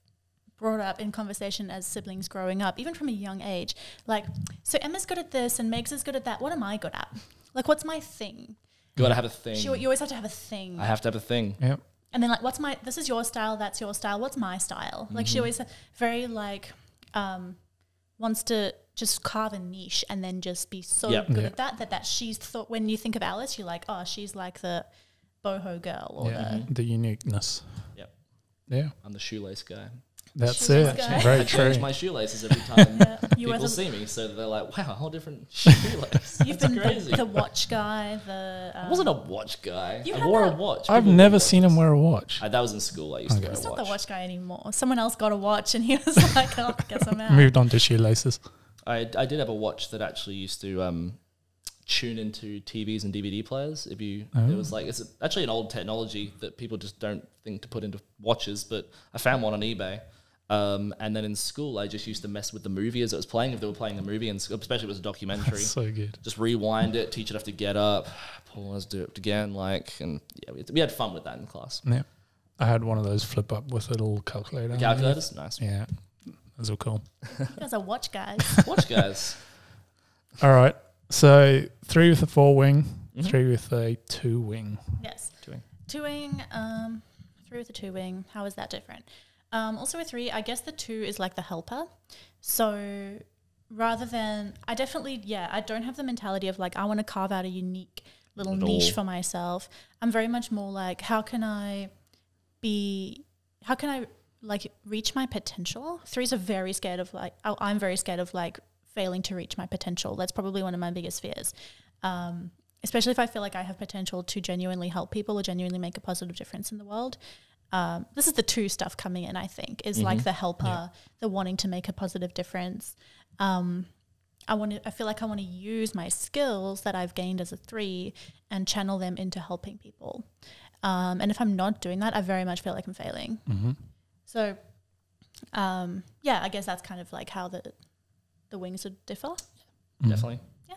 Speaker 2: brought up in conversation as siblings growing up, even from a young age. Like, so Emma's good at this, and Meg's is good at that. What am I good at? Like, what's my thing?
Speaker 3: Gotta have a thing.
Speaker 2: She, you always have to have a thing,
Speaker 3: I have to have a thing.
Speaker 1: yeah,
Speaker 2: and then like, what's my? This is your style. That's your style. What's my style? Like,
Speaker 3: Mm-hmm.
Speaker 2: she always very like um, wants to just carve a niche and then just be so
Speaker 3: Yep.
Speaker 2: good
Speaker 1: Yeah.
Speaker 2: at that that that she's thought when you think of Alice, you're like, oh, she's like the boho girl or
Speaker 1: yeah, the uniqueness.
Speaker 3: Yep.
Speaker 1: Yeah,
Speaker 3: I'm the shoelace guy.
Speaker 1: that's
Speaker 2: She's
Speaker 1: it.
Speaker 2: guy.
Speaker 1: Very
Speaker 3: I change
Speaker 1: true.
Speaker 3: my shoelaces every time
Speaker 2: the you were
Speaker 3: people
Speaker 2: the,
Speaker 3: see me, so that they're like, "Wow, a whole different shoelace."
Speaker 2: you've
Speaker 3: That's
Speaker 2: been
Speaker 3: crazy.
Speaker 2: the, the watch guy, the
Speaker 3: I
Speaker 2: um,
Speaker 3: wasn't a watch guy.
Speaker 2: You
Speaker 3: I
Speaker 2: had
Speaker 3: wore a
Speaker 2: that-
Speaker 3: watch.
Speaker 1: I've
Speaker 3: People
Speaker 1: never
Speaker 3: wore
Speaker 1: seen
Speaker 3: watches.
Speaker 1: him wear a watch.
Speaker 3: I, that was in school. I used
Speaker 1: Okay.
Speaker 3: to wear
Speaker 2: he's
Speaker 3: a
Speaker 2: not
Speaker 3: watch.
Speaker 2: the watch guy anymore. Someone else got a watch and he was like, oh, I guess I'm out.
Speaker 1: Moved on to shoelaces.
Speaker 3: I, I did have a watch that actually used to um, tune into TVs and DVD players. If you, it
Speaker 1: Oh.
Speaker 3: was like it's actually an old technology that people just don't think to put into watches. But I found one on eBay. Um, and then in school, I just used to mess with the movie as it was playing. If they were playing a movie, and especially if it was a documentary,
Speaker 1: So good.
Speaker 3: just rewind it. Teacher would have to get up, pause, do it again, like, and yeah, we had, we had fun with that in class.
Speaker 1: Yeah, I had one of those flip up with a little calculator. underneath.
Speaker 3: Calculators, nice.
Speaker 1: Yeah, those were cool.
Speaker 2: You guys are watch guys.
Speaker 3: Watch guys.
Speaker 1: All right, so three with a four wing,
Speaker 3: Mhm.
Speaker 1: three with a two wing.
Speaker 2: yes.
Speaker 3: Two-wing.
Speaker 2: Two wing, um, three with a two wing. How is that different? Um, also a three, I guess the two is like the helper. So rather than, I definitely, yeah, I don't have the mentality of like, I want to carve out a unique little
Speaker 3: Not at
Speaker 2: niche
Speaker 3: all.
Speaker 2: for myself. I'm very much more like, how can I be, how can I like reach my potential? Threes are very scared of like, oh, I'm very scared of like failing to reach my potential. That's probably one of my biggest fears. Um, especially if I feel like I have potential to genuinely help people or genuinely make a positive difference in the world. Um, this is the two stuff coming in, I think, is like the helper, the wanting to make a positive difference. Um, I want to, I feel like I want to use my skills that I've gained as a three and channel them into helping people. Um, and if I'm not doing that, I very much feel like I'm failing.
Speaker 1: Mm-hmm.
Speaker 2: So, um, yeah, I guess that's kind of like how the the wings would differ.
Speaker 3: Definitely.
Speaker 1: Mm.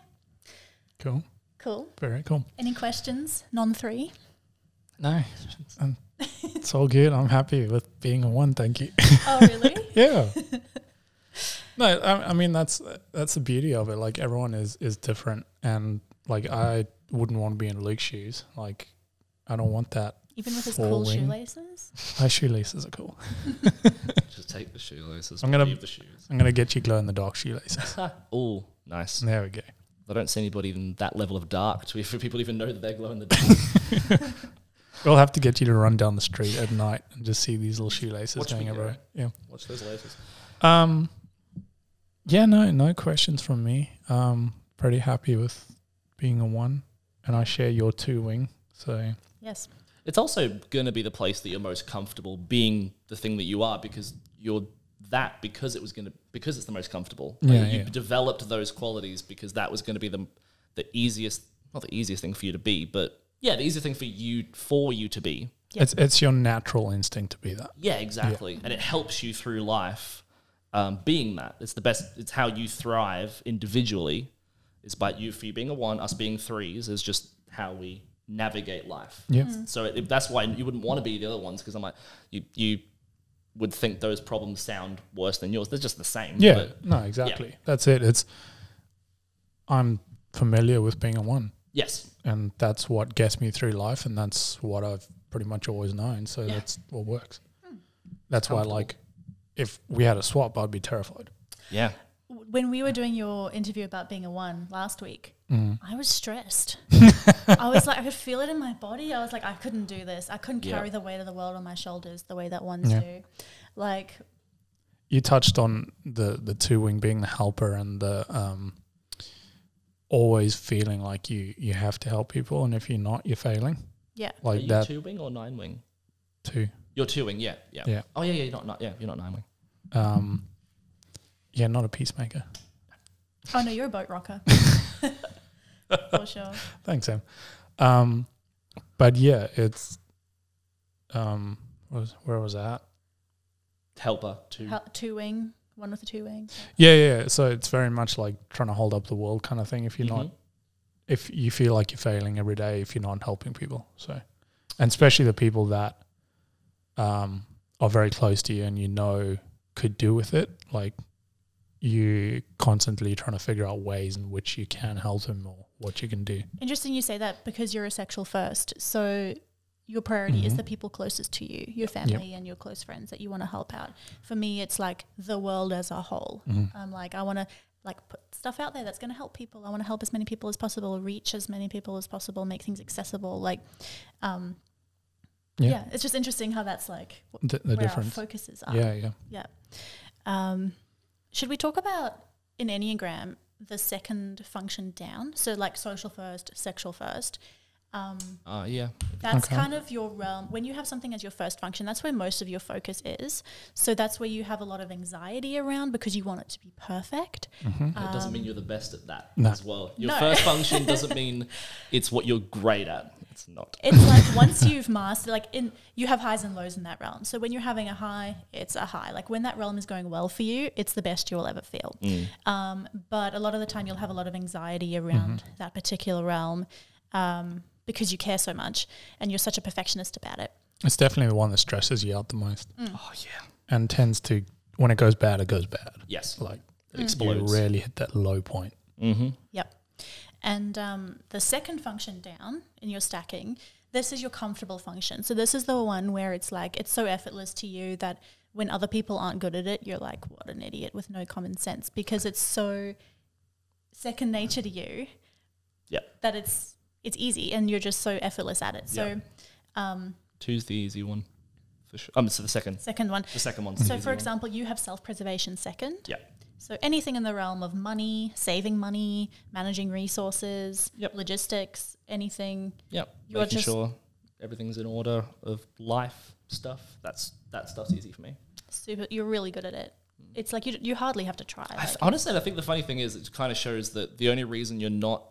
Speaker 1: Cool.
Speaker 2: Cool.
Speaker 1: Very cool.
Speaker 2: Any questions? Non three.
Speaker 1: No, um, it's all good. I'm happy with being a one. Thank you.
Speaker 2: Oh, really?
Speaker 1: yeah. No, I, I mean that's that's the beauty of it. Like everyone is is different, and like I wouldn't want to be in Luke's shoes. Like I don't want that.
Speaker 2: Even with his
Speaker 1: Four
Speaker 2: cool
Speaker 1: wing.
Speaker 2: shoelaces.
Speaker 1: My shoelaces are cool.
Speaker 3: Just take the shoelaces.
Speaker 1: I'm gonna-
Speaker 3: leave the shoes.
Speaker 1: I'm gonna get you glow in the dark shoelaces.
Speaker 3: oh, nice.
Speaker 1: There we go.
Speaker 3: I don't see anybody in that level of dark to, for people to even know that they're glow in the dark.
Speaker 1: We'll have to get you to run down the street at night and just see these little shoelaces
Speaker 3: Watch
Speaker 1: going
Speaker 3: me go.
Speaker 1: everywhere. Yeah.
Speaker 3: Watch those lasers.
Speaker 1: Um, yeah, no, no questions from me. Um, pretty happy with being a one, and I share your two wing. So
Speaker 2: Yes.
Speaker 3: It's also going to be the place that you're most comfortable being the thing that you are because you're that because it was going to because it's the most comfortable. Like,
Speaker 1: Yeah,
Speaker 3: you
Speaker 1: yeah.
Speaker 3: developed those qualities because that was going to be the the easiest not the easiest thing for you to be, but yeah, the easiest thing for you for you to be.
Speaker 2: Yeah.
Speaker 1: it's it's your natural instinct to be that.
Speaker 3: Yeah, exactly. And it helps you through life um, being that. It's the best, it's how you thrive individually, is by you, for you being a one, us being threes, is just how we navigate life.
Speaker 1: Yeah.
Speaker 3: So it, that's why you wouldn't want to be the other ones because I'm like, you, you would think those problems sound worse than yours. They're just the same.
Speaker 1: Yeah.
Speaker 3: but
Speaker 1: No, exactly. That's it. It's I'm familiar with being a one,
Speaker 3: Yes.
Speaker 1: and that's what gets me through life, and that's what I've pretty much always known. So
Speaker 3: Yeah. Hmm.
Speaker 1: that's what works. That's why,
Speaker 3: Comfortable.
Speaker 1: like, if we had a swap, I'd be terrified.
Speaker 3: Yeah.
Speaker 2: When we were doing your interview about being a one last week, I was stressed. I was like, I could feel it in my body. I was like, I couldn't do this. I couldn't
Speaker 3: Yeah.
Speaker 2: carry the weight of the world on my shoulders the way that ones
Speaker 1: Yeah.
Speaker 2: do. Like,
Speaker 1: you touched on the the two wing being the helper and the um always feeling like you you have to help people and if you're not you're failing
Speaker 2: yeah,
Speaker 3: Are
Speaker 1: like
Speaker 3: you
Speaker 1: that
Speaker 3: two wing or nine wing?
Speaker 1: too
Speaker 3: You're two wing. Yeah. Yeah.
Speaker 1: Yeah.
Speaker 3: Oh yeah. Yeah. You're not. not yeah. You're not nine wing.
Speaker 1: um yeah not a peacemaker
Speaker 2: Oh no, you're a boat rocker. For sure.
Speaker 1: thanks sam um but yeah it's um what was, where was that
Speaker 3: Helper two.
Speaker 2: Hel- Two wing, one with a two wing.
Speaker 1: yeah, yeah yeah so it's very much like trying to hold up the world kind of thing if you're not
Speaker 3: Mhm.
Speaker 1: if you feel like you're failing every day if you're not helping people. So, and especially the people that um, are very close to you and you know could do with it, like you constantly trying to figure out ways in which you can help them or what you can do.
Speaker 2: Interesting you say that because you're a sexual first. So your priority is
Speaker 1: Mhm.
Speaker 2: the people closest to you, your family and your close friends that you want to help out. For me, it's like the world as a whole.
Speaker 1: Mm-hmm.
Speaker 2: I'm like, I want to like put stuff out there that's going to help people. I want to help as many people as possible, reach as many people as possible, make things accessible. Like, um,
Speaker 1: Yeah.
Speaker 2: yeah, it's just interesting how that's like wh-
Speaker 1: The, the
Speaker 2: where
Speaker 1: difference.
Speaker 2: our focuses are.
Speaker 1: Yeah, yeah.
Speaker 2: Um, should we talk about in Enneagram the second function down? So like social first, sexual first. Um,
Speaker 3: Uh, yeah.
Speaker 2: that's
Speaker 1: Okay.
Speaker 2: kind of your realm. When you have something as your first function, that's where most of your focus is. So that's where you have a lot of anxiety around because you want it to be perfect.
Speaker 1: Mhm.
Speaker 3: It doesn't mean you're the best at that
Speaker 1: No.
Speaker 3: as well. Your
Speaker 2: Um, No.
Speaker 3: first function doesn't mean it's what you're great at. It's not.
Speaker 2: It's like once you've mastered, like in you have highs and lows in that realm. So when you're having a high, it's a high. Like when that realm is going well for you, it's the best you'll ever feel. Um, but a lot of the time, you'll have a lot of anxiety around
Speaker 3: Mm-hmm.
Speaker 2: that particular realm um, because you care so much and you're such a perfectionist about it.
Speaker 1: It's definitely the one that stresses you out the most
Speaker 3: Oh yeah.
Speaker 1: and tends to, when it goes bad, it goes bad.
Speaker 3: Yes.
Speaker 1: Like
Speaker 3: It
Speaker 1: you
Speaker 3: explodes.
Speaker 1: rarely hit that low point.
Speaker 3: mm-hmm.
Speaker 2: Yep. And um, the second function down in your stacking, this is your comfortable function. So this is the one where it's like it's so effortless to you that when other people aren't good at it, you're like, what an idiot with no common sense because it's so second nature to you.
Speaker 3: Yep.
Speaker 2: That it's it's easy and you're just so effortless at it. So
Speaker 3: Yep.
Speaker 2: um,
Speaker 3: Two's the easy one, for sure. Um, so the second,
Speaker 2: second one.
Speaker 3: the second one's the
Speaker 2: So
Speaker 3: easy
Speaker 2: for
Speaker 3: one.
Speaker 2: example, you have self-preservation second.
Speaker 3: yeah,
Speaker 2: So anything in the realm of money, saving money, managing resources,
Speaker 3: Yep.
Speaker 2: logistics, anything
Speaker 3: yeah,
Speaker 2: You're
Speaker 3: making
Speaker 2: just-
Speaker 3: sure everything's in order of life stuff. That's that stuff's easy for me.
Speaker 2: super you're really good at it it's like you, you hardly have to try
Speaker 3: I
Speaker 2: like,
Speaker 3: th- honestly, I think the funny thing is, it kind of shows that the only reason you're not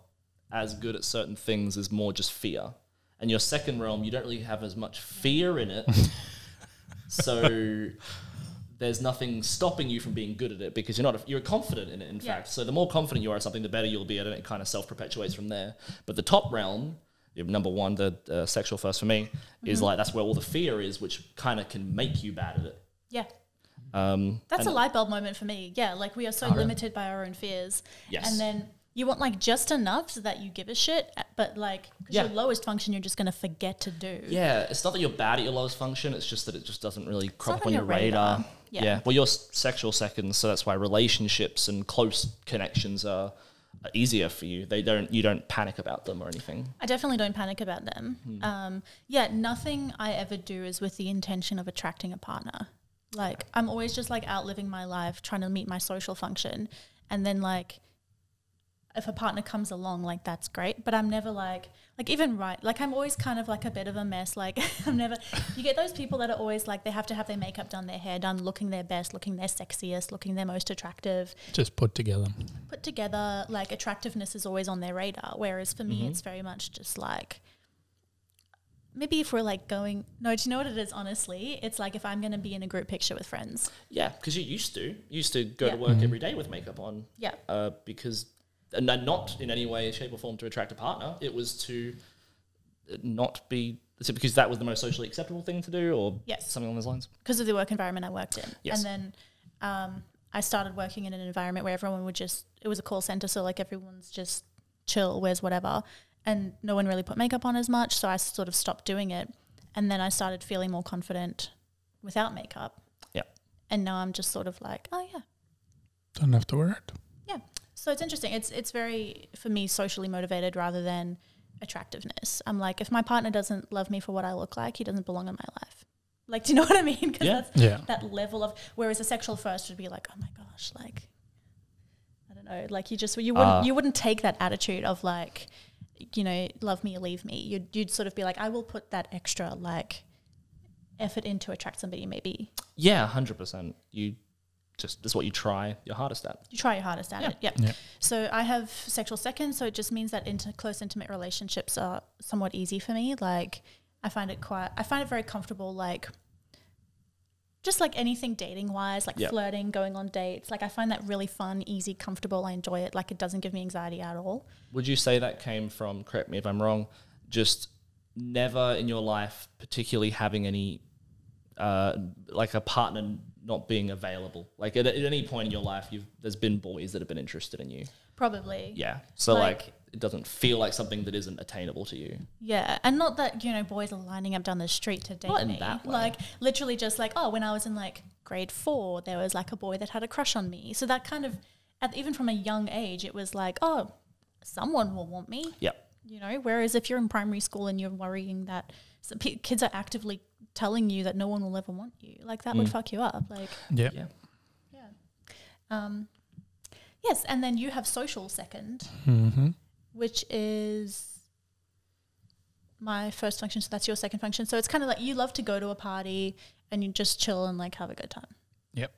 Speaker 3: as good at certain things is more just fear. And your second realm, you don't really have as much fear in it, so there's nothing stopping you from being good at it because you're not you're confident in it. In
Speaker 2: Yeah.
Speaker 3: fact, so the more confident you are at something, the better you'll be at it. and It kind of self perpetuates from there. But the top realm. your Number one, the uh, sexual first for me is
Speaker 2: Mm-hmm.
Speaker 3: like that's where all the fear is, which kind of can make you bad at it.
Speaker 2: yeah
Speaker 3: Um,
Speaker 2: that's
Speaker 3: and-
Speaker 2: a light bulb moment for me yeah like we are so limited by our own fears
Speaker 3: Yes.
Speaker 2: and then you want like just enough so that you give a shit uh, but like 'cause
Speaker 3: Yeah.
Speaker 2: your lowest function you're just gonna forget to do
Speaker 3: Yeah, it's not that you're bad at your lowest function. It's just that it just doesn't really crop
Speaker 2: not
Speaker 3: up
Speaker 2: on
Speaker 3: on your
Speaker 2: your
Speaker 3: radar.
Speaker 2: radar.
Speaker 3: Yeah.
Speaker 2: Yeah.
Speaker 3: Well, you're s- sexual seconds, so that's why relationships and close connections are, are easier for you. They don't. You don't panic about them or anything.
Speaker 2: I definitely don't panic about them. Um, yeah, nothing I ever do is with the intention of attracting a partner. Like I'm always just like out living my life, trying to meet my social function, and then like if a partner comes along, like that's great. But I'm never like like even right like I'm always kind of like a bit of a mess. Like I'm never you get those people that are always like they have to have their makeup done, their hair done, looking their best, looking their sexiest, looking their most attractive
Speaker 1: Just put together.
Speaker 2: put together like attractiveness is always on their radar whereas for me it's very much just like maybe if we're like going no do you know what it is honestly it's like if i'm going to be in a group picture with friends
Speaker 3: Yeah, because you used to. You used to go
Speaker 2: Yeah.
Speaker 3: to work every day with makeup on.
Speaker 2: yeah
Speaker 3: Uh, because and then not in any way, shape, or form to attract a partner. It was to uh, not be. Is it because that was the most socially acceptable thing to do, or
Speaker 2: Yes.
Speaker 3: something along those lines?
Speaker 2: because of the work environment i worked in and
Speaker 3: Yes.
Speaker 2: then um, I started working in an environment where everyone would just, it was a call center. So like everyone's just chill, wears whatever. And no one really put makeup on as much. So I sort of stopped doing it. And then I started feeling more confident without makeup.
Speaker 3: Yeah.
Speaker 2: And now I'm just sort of like, oh yeah.
Speaker 1: Don't have to wear it.
Speaker 2: So it's interesting. It's it's very for me socially motivated rather than attractiveness. I'm like, if my partner doesn't love me for what I look like, he doesn't belong in my life. Like, do you know what I mean? 'Cause
Speaker 3: Yeah.
Speaker 2: that's-
Speaker 1: Yeah.
Speaker 2: that level of whereas a sexual first would be like oh my gosh like i don't know like you just you wouldn't
Speaker 3: Ah.
Speaker 2: you wouldn't take that attitude of like you know love me or leave me you'd, you'd sort of be like i will put that extra like effort in to attract somebody maybe
Speaker 3: Yeah, hundred percent. You just this is what you try your hardest at.
Speaker 2: you try your hardest at
Speaker 3: Yeah.
Speaker 2: it yep.
Speaker 1: Yeah.
Speaker 2: so i have sexual seconds so it just means that into close intimate relationships are somewhat easy for me like i find it quite i find it very comfortable like just like anything dating wise, like
Speaker 3: Yeah.
Speaker 2: flirting, going on dates, like I find that really fun, easy, comfortable. I enjoy it. Like it doesn't give me anxiety at all.
Speaker 3: Would you say that came from? Correct me if I'm wrong. Just never in your life, particularly having any, uh, like a partner not being available. Like at, at any point in your life, you've there's been boys that have been interested in you.
Speaker 2: Probably.
Speaker 3: Yeah. So like,
Speaker 2: Like-
Speaker 3: it doesn't feel like something that isn't attainable to you.
Speaker 2: Yeah, and not that you know boys are lining up down the street to date
Speaker 3: Not in
Speaker 2: me.
Speaker 3: that way.
Speaker 2: Like literally, just like oh, when I was in like grade four, there was like a boy that had a crush on me. So that kind of, at, even from a young age, it was like oh, someone will want me.
Speaker 3: Yeah.
Speaker 2: You know, whereas if you're in primary school and you're worrying that some p- kids are actively telling you that no one will ever want you, like that would
Speaker 3: Mm.
Speaker 2: fuck you up. Like
Speaker 1: Yeah.
Speaker 3: Yeah.
Speaker 2: yeah, um, yes, and then you have social second
Speaker 1: Mm-hmm.
Speaker 2: which is my first function. So that's your second function. So it's kind of like you love to go to a party and you just chill and like have a good time.
Speaker 1: Yep.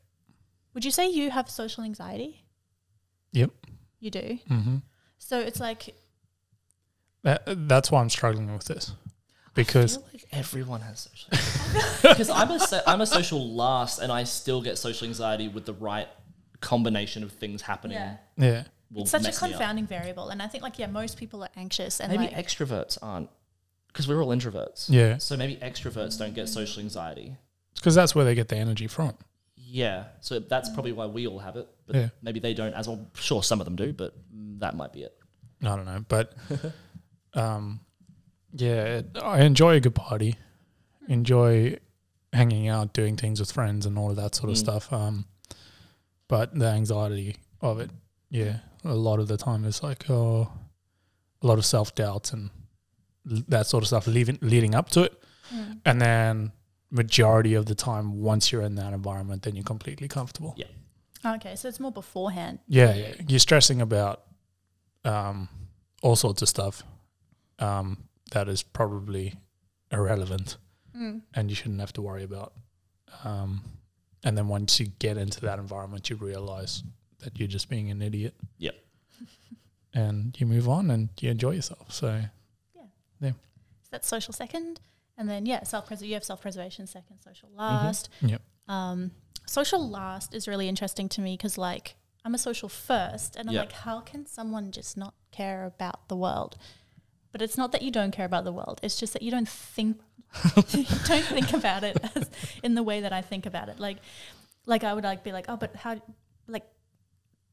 Speaker 2: Would you say you have social anxiety?
Speaker 1: Yep.
Speaker 2: You do.
Speaker 1: Mm-hmm.
Speaker 2: So it's like,
Speaker 1: That, that's why I'm struggling with this because
Speaker 3: I feel like everyone has social because I'm a so- I'm a social last, and I still get social anxiety with the right combination of things happening.
Speaker 2: yeah,
Speaker 1: yeah,
Speaker 3: will
Speaker 2: it's such a
Speaker 3: mess me up.
Speaker 2: confounding variable. And I think like, yeah, most people are anxious and
Speaker 3: Maybe
Speaker 2: like,
Speaker 3: extroverts aren't because we're all introverts.
Speaker 1: yeah,
Speaker 3: So maybe extroverts don't get social anxiety.
Speaker 1: because that's where they get the energy from.
Speaker 3: Yeah. So that's probably why we all have it. But
Speaker 1: Yeah.
Speaker 3: maybe they don't as well. Sure, some of them do, but that might be it.
Speaker 1: I don't know, but um, yeah, it- I enjoy a good party, enjoy hanging out, doing things with friends, and all of that sort of
Speaker 3: Mm.
Speaker 1: stuff. Um, but the anxiety of it, yeah, a lot of the time is like oh, a lot of self doubts and l- that sort of stuff leaving leading up to it,
Speaker 2: mm,
Speaker 1: and then majority of the time once you're in that environment then you're completely comfortable
Speaker 2: okay. So it's more beforehand.
Speaker 1: yeah, yeah. you're stressing about um, all sorts of stuff um, that is probably irrelevant
Speaker 2: Mm.
Speaker 1: and you shouldn't have to worry about. Um, and then once you get into that environment, you realize that you're just being an idiot.
Speaker 3: Yep.
Speaker 1: and you move on and you enjoy yourself. So
Speaker 2: So that's social second. And then, yeah, self preservation. You have self preservation second, social last.
Speaker 1: Yep.
Speaker 2: Um, social last is really interesting to me because, like, I'm a social first, and I'm
Speaker 3: Yeah.
Speaker 2: like, how can someone just not care about the world? But it's not that you don't care about the world. It's just that you don't think you don't think about it as, in the way that I think about it. Like, like I would like be like, oh, but how, like,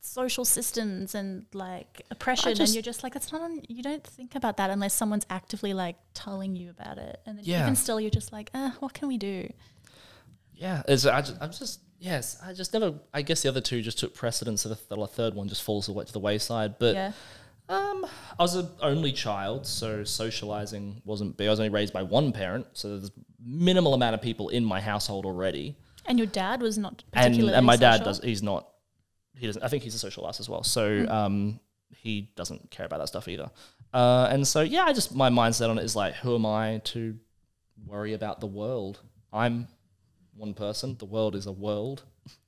Speaker 2: social systems and like oppression,
Speaker 3: just-
Speaker 2: and you're just like, that's not. On, you don't think about that unless someone's actively like telling you about it, and then
Speaker 3: Yeah.
Speaker 2: even still, you're just like, eh, what can we do?
Speaker 3: Yeah. It's, I just, I'm just, yes, I just never, I guess the other two just took precedence. So the, th- the third one just falls away to the wayside. But
Speaker 2: yeah.
Speaker 3: Um, I was an only child, so socializing wasn't big. I was only raised by one parent, so there's minimal amount of people in my household already.
Speaker 2: And your dad was not
Speaker 3: And
Speaker 2: particularly
Speaker 3: and my dad
Speaker 2: social?
Speaker 3: does. He's not. He doesn't. I think he's a social ass as well.
Speaker 2: Hmm.
Speaker 3: So um, he doesn't care about that stuff either. Uh, and so yeah, I just my mindset on it is like, who am I to worry about the world? I'm one person. The world is a world.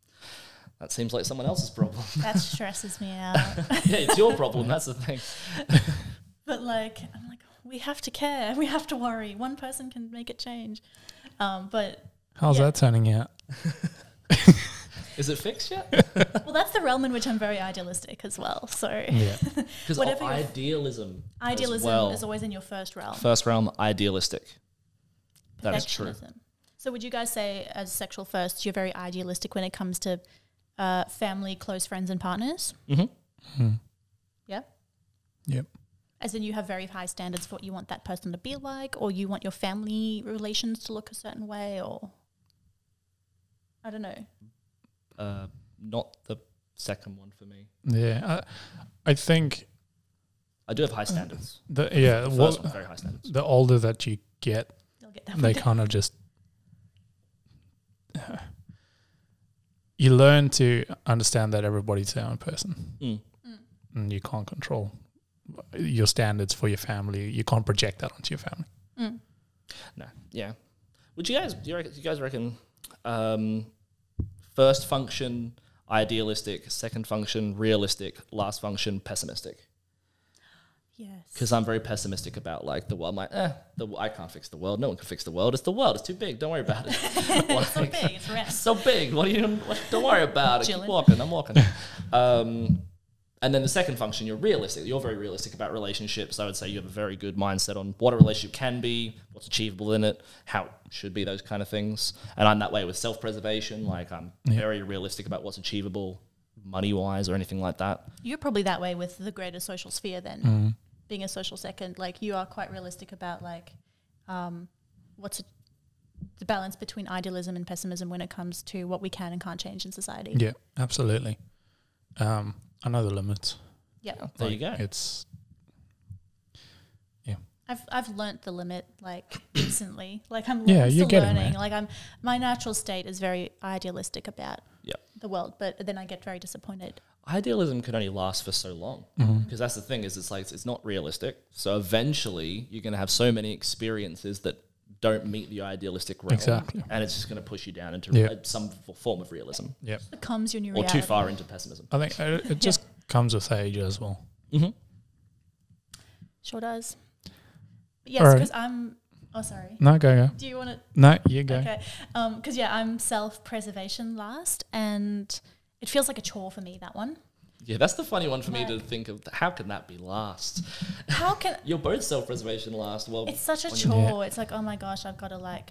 Speaker 3: That seems like someone else's problem.
Speaker 2: That stresses me out.
Speaker 3: yeah, it's your problem. That's the thing.
Speaker 2: but like, I'm like, we have to care. We have to worry. One person can make it change. Um, but
Speaker 1: how's
Speaker 2: Yeah.
Speaker 1: that turning out?
Speaker 3: Is it fixed yet?
Speaker 2: well, that's the realm in which I'm very idealistic as well. So
Speaker 1: Yeah,
Speaker 3: Because of
Speaker 2: Whatever your-
Speaker 3: idealism. as
Speaker 2: idealism
Speaker 3: well.
Speaker 2: is always in your first realm.
Speaker 3: First realm, idealistic. That is true.
Speaker 2: Perfectionism. So would you guys say, as sexual first, you're very idealistic when it comes to uh, uh, family, close friends, and partners.
Speaker 3: Mhm.
Speaker 1: Hmm.
Speaker 2: Yeah.
Speaker 1: Yep.
Speaker 2: As in, you have very high standards for what you want that person to be like, or you want your family relations to look a certain way, or I don't know.
Speaker 3: Uh, not the second one for me.
Speaker 1: Yeah. I, I think
Speaker 3: I do have high standards.
Speaker 1: the yeah
Speaker 3: the
Speaker 1: the,
Speaker 3: first one's very high standards.
Speaker 1: the older that you get,
Speaker 2: You'll get that.
Speaker 1: they
Speaker 2: one.
Speaker 1: kind of just you learn to understand that everybody's their own person,
Speaker 3: Mm.
Speaker 2: Mm.
Speaker 1: and you can't control your standards for your family. You can't project that onto your family.
Speaker 2: Mm.
Speaker 3: No. Yeah. Would you guys do you, reckon, do you guys reckon um, first function idealistic, second function realistic, last function pessimistic?
Speaker 2: Yes.
Speaker 3: Because I'm very pessimistic about like the world. I'm like, eh, the, I can't fix the world. No one can fix the world. It's the world. It's too big. Don't worry about it.
Speaker 2: it's so big. It's
Speaker 3: It's
Speaker 2: rest.
Speaker 3: so big. What do you? What, don't worry about it. Keep
Speaker 2: Chilling.
Speaker 3: walking. I'm walking. Um, and then the second function, you're realistic. You're very realistic about relationships. I would say you have a very good mindset on what a relationship can be, what's achievable in it, how it should be, those kind of things. And I'm that way with self-preservation. Like I'm very realistic about what's achievable, money-wise or anything like that.
Speaker 2: You're probably that way with the greater social sphere then.
Speaker 1: Mm-hmm.
Speaker 2: Being a social second, like you are quite realistic about like um, what's a, the balance between idealism and pessimism when it comes to what we can and can't change in society.
Speaker 1: Yeah, absolutely. Um, I know the limits.
Speaker 2: Yep.
Speaker 3: There you
Speaker 1: Like,
Speaker 3: go.
Speaker 1: It's
Speaker 2: I've I've learnt the limit like recently. Like I'm
Speaker 1: Yeah,
Speaker 2: yeah,
Speaker 1: you're
Speaker 2: still
Speaker 1: getting
Speaker 2: learning.
Speaker 1: there.
Speaker 2: Like I'm my natural state is very idealistic about
Speaker 3: Yeah.
Speaker 2: the world, but then I get very disappointed.
Speaker 3: idealism can only last for so long
Speaker 1: Mm-hmm.
Speaker 3: because that's the thing is it's like it's not realistic so eventually you're going to have so many experiences that don't meet the idealistic realm
Speaker 1: Exactly.
Speaker 3: and it's just going to push you down into
Speaker 1: Yeah.
Speaker 3: uh, some f- form of realism
Speaker 1: yep.
Speaker 2: It becomes your new
Speaker 3: or
Speaker 2: reality.
Speaker 3: too far into pessimism
Speaker 1: I think uh, it, it just comes with age as well.
Speaker 2: Sure does. But yes,
Speaker 1: Alright.
Speaker 2: because I'm oh sorry.
Speaker 1: No, go go.
Speaker 2: Do you want to
Speaker 1: No, you go.
Speaker 2: Okay. Um, because yeah, I'm self-preservation last, and it feels like a chore for me that one.
Speaker 3: yeah that's the funny one for me to think of how can that be last
Speaker 2: How can
Speaker 3: you're both self-preservation last well
Speaker 2: it's such a
Speaker 3: When you-
Speaker 2: chore? It's like oh my gosh, I've got to like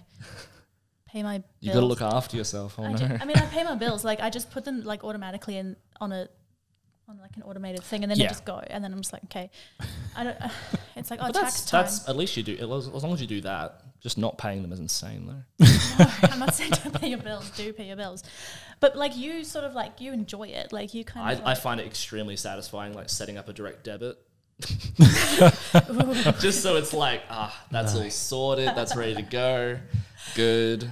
Speaker 2: pay my. Bills.
Speaker 3: you got to look after yourself oh
Speaker 2: I,
Speaker 3: no
Speaker 2: ju- I mean, I pay my bills. Like I just put them like automatically in on a on like an automated thing, and then
Speaker 3: Yeah.
Speaker 2: they just go, and then I'm just like, okay, I don't. it's like oh,
Speaker 3: but
Speaker 2: tax
Speaker 3: that's,
Speaker 2: time.
Speaker 3: that's at least you do as as long as you do that just not paying them is insane though
Speaker 2: I'm not saying don't pay your bills. Do pay your bills, but like you sort of like you enjoy it. Like you kind of.
Speaker 3: I, I
Speaker 2: like,
Speaker 3: find it extremely satisfying, like setting up a direct debit. Just so it's like, ah, that's all sorted, that's ready to go, good.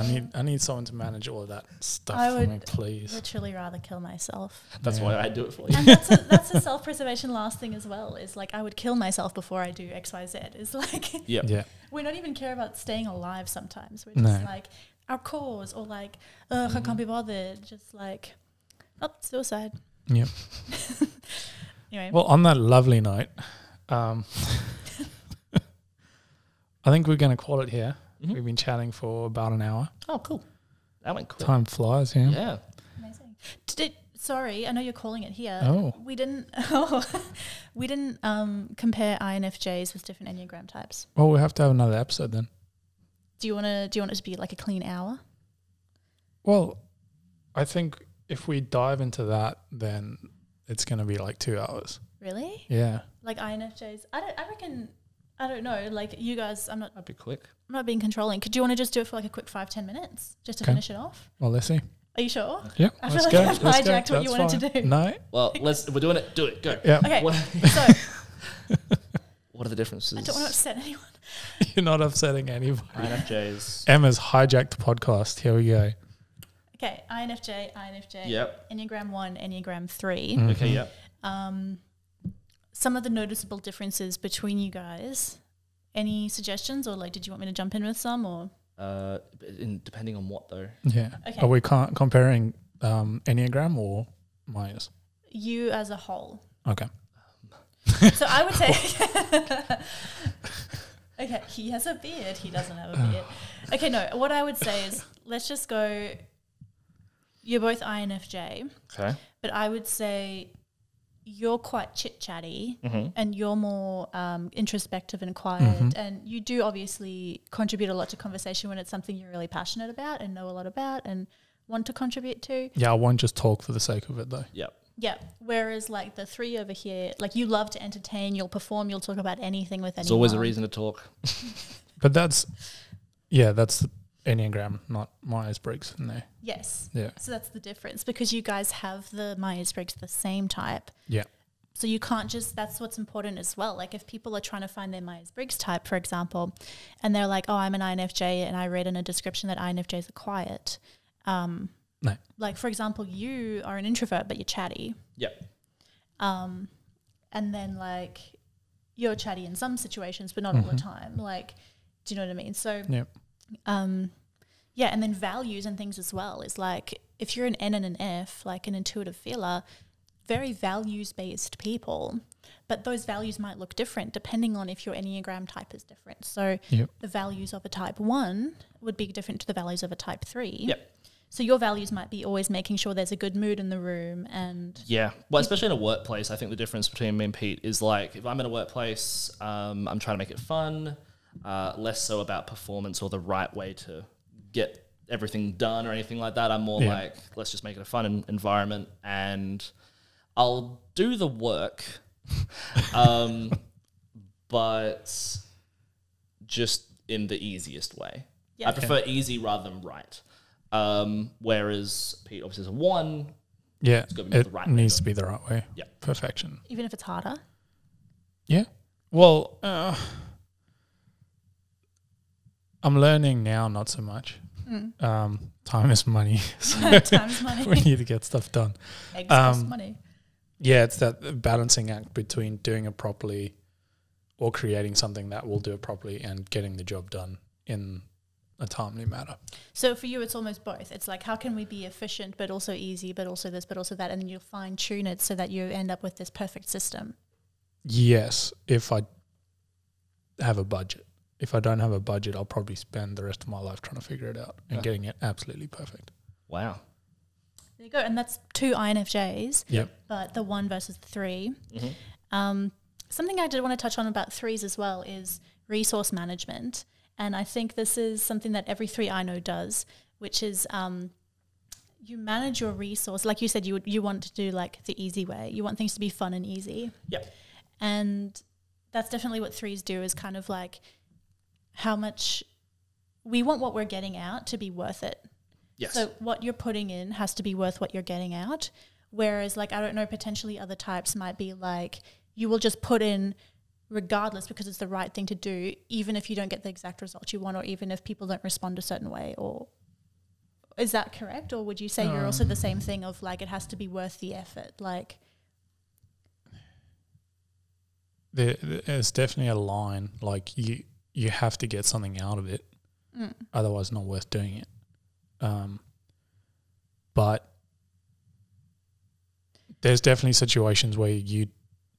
Speaker 1: I need I need someone to manage all of that stuff
Speaker 2: I
Speaker 1: for
Speaker 2: would-
Speaker 1: me, please.
Speaker 2: literally rather kill myself.
Speaker 3: That's
Speaker 1: Yeah.
Speaker 3: why I do it for you.
Speaker 2: and that's a, that's a self preservation last thing as well. Is like I would kill myself before I do X Y Z. Is like
Speaker 3: Yeah.
Speaker 1: Yeah.
Speaker 2: we don't even care about staying alive. Sometimes we're just
Speaker 1: No.
Speaker 2: like our cause or like ugh I can't be bothered. Just like oh suicide.
Speaker 1: Yep.
Speaker 2: Anyway,
Speaker 1: Well, on that lovely night, um, I think we're going to call it here.
Speaker 2: Mm-hmm.
Speaker 3: Mhm.
Speaker 1: We've been chatting for about an hour.
Speaker 3: Oh, cool. That went quick.
Speaker 1: Time flies, yeah.
Speaker 3: Yeah.
Speaker 2: amazing. Did it, sorry, I know you're calling it here.
Speaker 1: Oh.
Speaker 2: We didn't. Oh, we didn't um, compare INFJs with different enneagram types.
Speaker 1: Well, we have to have another episode then.
Speaker 2: Do you want to? Do you want it to be like a clean hour?
Speaker 1: Well, I think if we dive into that, then it's going to be like two hours.
Speaker 2: Really?
Speaker 1: Yeah.
Speaker 2: Like INFJs? I don't. I reckon. I don't know. Like you guys, I'm not.
Speaker 3: That'd be quick.
Speaker 2: I'm not being controlling. Could do you want to just do it for like a quick five, ten minutes just to
Speaker 1: Okay.
Speaker 2: finish it off?
Speaker 1: Well, let's see.
Speaker 2: Are you sure?
Speaker 1: Yeah.
Speaker 2: I
Speaker 1: let's
Speaker 2: feel
Speaker 1: go.
Speaker 2: like I've
Speaker 1: let's go.
Speaker 2: hijacked what you
Speaker 1: That's
Speaker 2: wanted to
Speaker 1: fine.
Speaker 2: do.
Speaker 1: No.
Speaker 3: Well, let's, we're doing it. Do it. Go.
Speaker 1: Yeah.
Speaker 2: Okay.
Speaker 3: What,
Speaker 2: So I
Speaker 3: what are the differences?
Speaker 2: don't want to upset anyone.
Speaker 1: You're not upsetting anybody.
Speaker 3: INFJs.
Speaker 1: Emma's hijacked the podcast. Here we go.
Speaker 2: Okay, INFJ, INFJ.
Speaker 3: Yep.
Speaker 2: Enneagram one, Enneagram 3
Speaker 1: Mm-hmm.
Speaker 3: Okay, yeah.
Speaker 2: Um, some of the noticeable differences between you guys. Any suggestions, or like, did you want me to jump in with some, or
Speaker 3: Uh, in, depending on what, though.
Speaker 1: Yeah.
Speaker 2: Okay.
Speaker 1: Are we can comparing um, Enneagram or Myers?
Speaker 2: you as a whole?
Speaker 1: Okay.
Speaker 2: So I would say. okay, he has a beard. He doesn't have a beard. Okay, no. What I would say is let's just go. You're both INFJ,
Speaker 3: Okay.
Speaker 2: but I would say you're quite chit chatty
Speaker 3: Mm-hmm.
Speaker 2: and you're more um, introspective and quiet. And you do obviously contribute a lot to conversation when it's something you're really passionate about and know a lot about and want to contribute to.
Speaker 1: Yeah, I won't just talk for the sake of it though.
Speaker 2: Yeah. Whereas like the three over here, like you love to entertain, you'll perform, you'll talk about anything with anyone.
Speaker 3: There's always a reason to talk.
Speaker 1: But that's yeah, that's the Enneagram, not Myers Briggs. No.
Speaker 2: Yes.
Speaker 1: Yeah.
Speaker 2: So that's the difference because you guys have the Myers Briggs the same type.
Speaker 1: Yeah.
Speaker 2: So you can't just, that's what's important as well. Like if people are trying to find their Myers Briggs type, for example, and they're like, oh, I'm an INFJ and I read in a description that INFJs are quiet. Um,
Speaker 1: No.
Speaker 2: Like, for example, you are an introvert, but you're chatty.
Speaker 3: Yep.
Speaker 2: Um, and then like you're chatty in some situations, but not all the
Speaker 1: Mhm.
Speaker 2: time. Like, do you know what I mean? So
Speaker 1: Yep.
Speaker 2: um, yeah, and then values and things as well is like if you're an N and an F, like an intuitive feeler, very values based people, but those values might look different depending on if your Enneagram type is different. So
Speaker 1: Yep.
Speaker 2: the values of a type one would be different to the values of a type three.
Speaker 3: Yep.
Speaker 2: So your values might be always making sure there's a good mood in the room and
Speaker 3: Yeah. Well, especially in a workplace, I think the difference between me and Pete is like if I'm in a workplace, um, I'm trying to make it fun, uh, less so about performance or the right way to get everything done or anything like that. I'm more
Speaker 1: Yeah.
Speaker 3: like, let's just make it a fun en- environment and I'll do the work. um, but just in the easiest way.
Speaker 2: Yeah.
Speaker 3: I prefer easy rather than right. Um, whereas Pete obviously is a one,
Speaker 1: Yeah.
Speaker 3: gotta be
Speaker 1: It
Speaker 3: the right way,
Speaker 1: needs
Speaker 3: though.
Speaker 1: to be the right way.
Speaker 3: Yeah.
Speaker 1: Perfection.
Speaker 2: even if it's harder.
Speaker 1: Yeah. Well, uh, I'm learning now, not so much. Um, time is money. so
Speaker 2: Times money.
Speaker 1: we need to get stuff done.
Speaker 2: Eggs cost
Speaker 1: Um,
Speaker 2: money.
Speaker 1: Yeah, it's that balancing act between doing it properly or creating something that will do it properly and getting the job done in a timely manner.
Speaker 2: So for you, it's almost both. It's like how can we be efficient, but also easy, but also this, but also that, and then you'll fine tune it so that you end up with this perfect system.
Speaker 1: Yes, if I have a budget. If I don't have a budget, I'll probably spend the rest of my life trying to figure it out and
Speaker 3: Yeah.
Speaker 1: getting it absolutely perfect.
Speaker 3: wow.
Speaker 2: There you go, and that's two INFJs,
Speaker 1: Yep.
Speaker 2: but the one versus the three.
Speaker 3: hmm
Speaker 2: Um, something I did want to touch on about threes as well is resource management, and I think this is something that every three I know does, which is. Um, you manage your resource, like you said, you would, you want to do like the easy way. You want things to be fun and easy.
Speaker 3: Yep.
Speaker 2: and that's definitely what threes do is kind of like how much we want what we're getting out to be worth it
Speaker 3: Yes.
Speaker 2: so what you're putting in has to be worth what you're getting out whereas like i don't know potentially other types might be like you will just put in regardless because it's the right thing to do even if you don't get the exact result you want or even if people don't respond a certain way or is that correct or would you say you're also the same thing of like it has to be worth the effort like
Speaker 1: there, there's definitely a line like you you have to get something out of it
Speaker 2: mm,
Speaker 1: otherwise not worth doing it um but there's definitely situations where you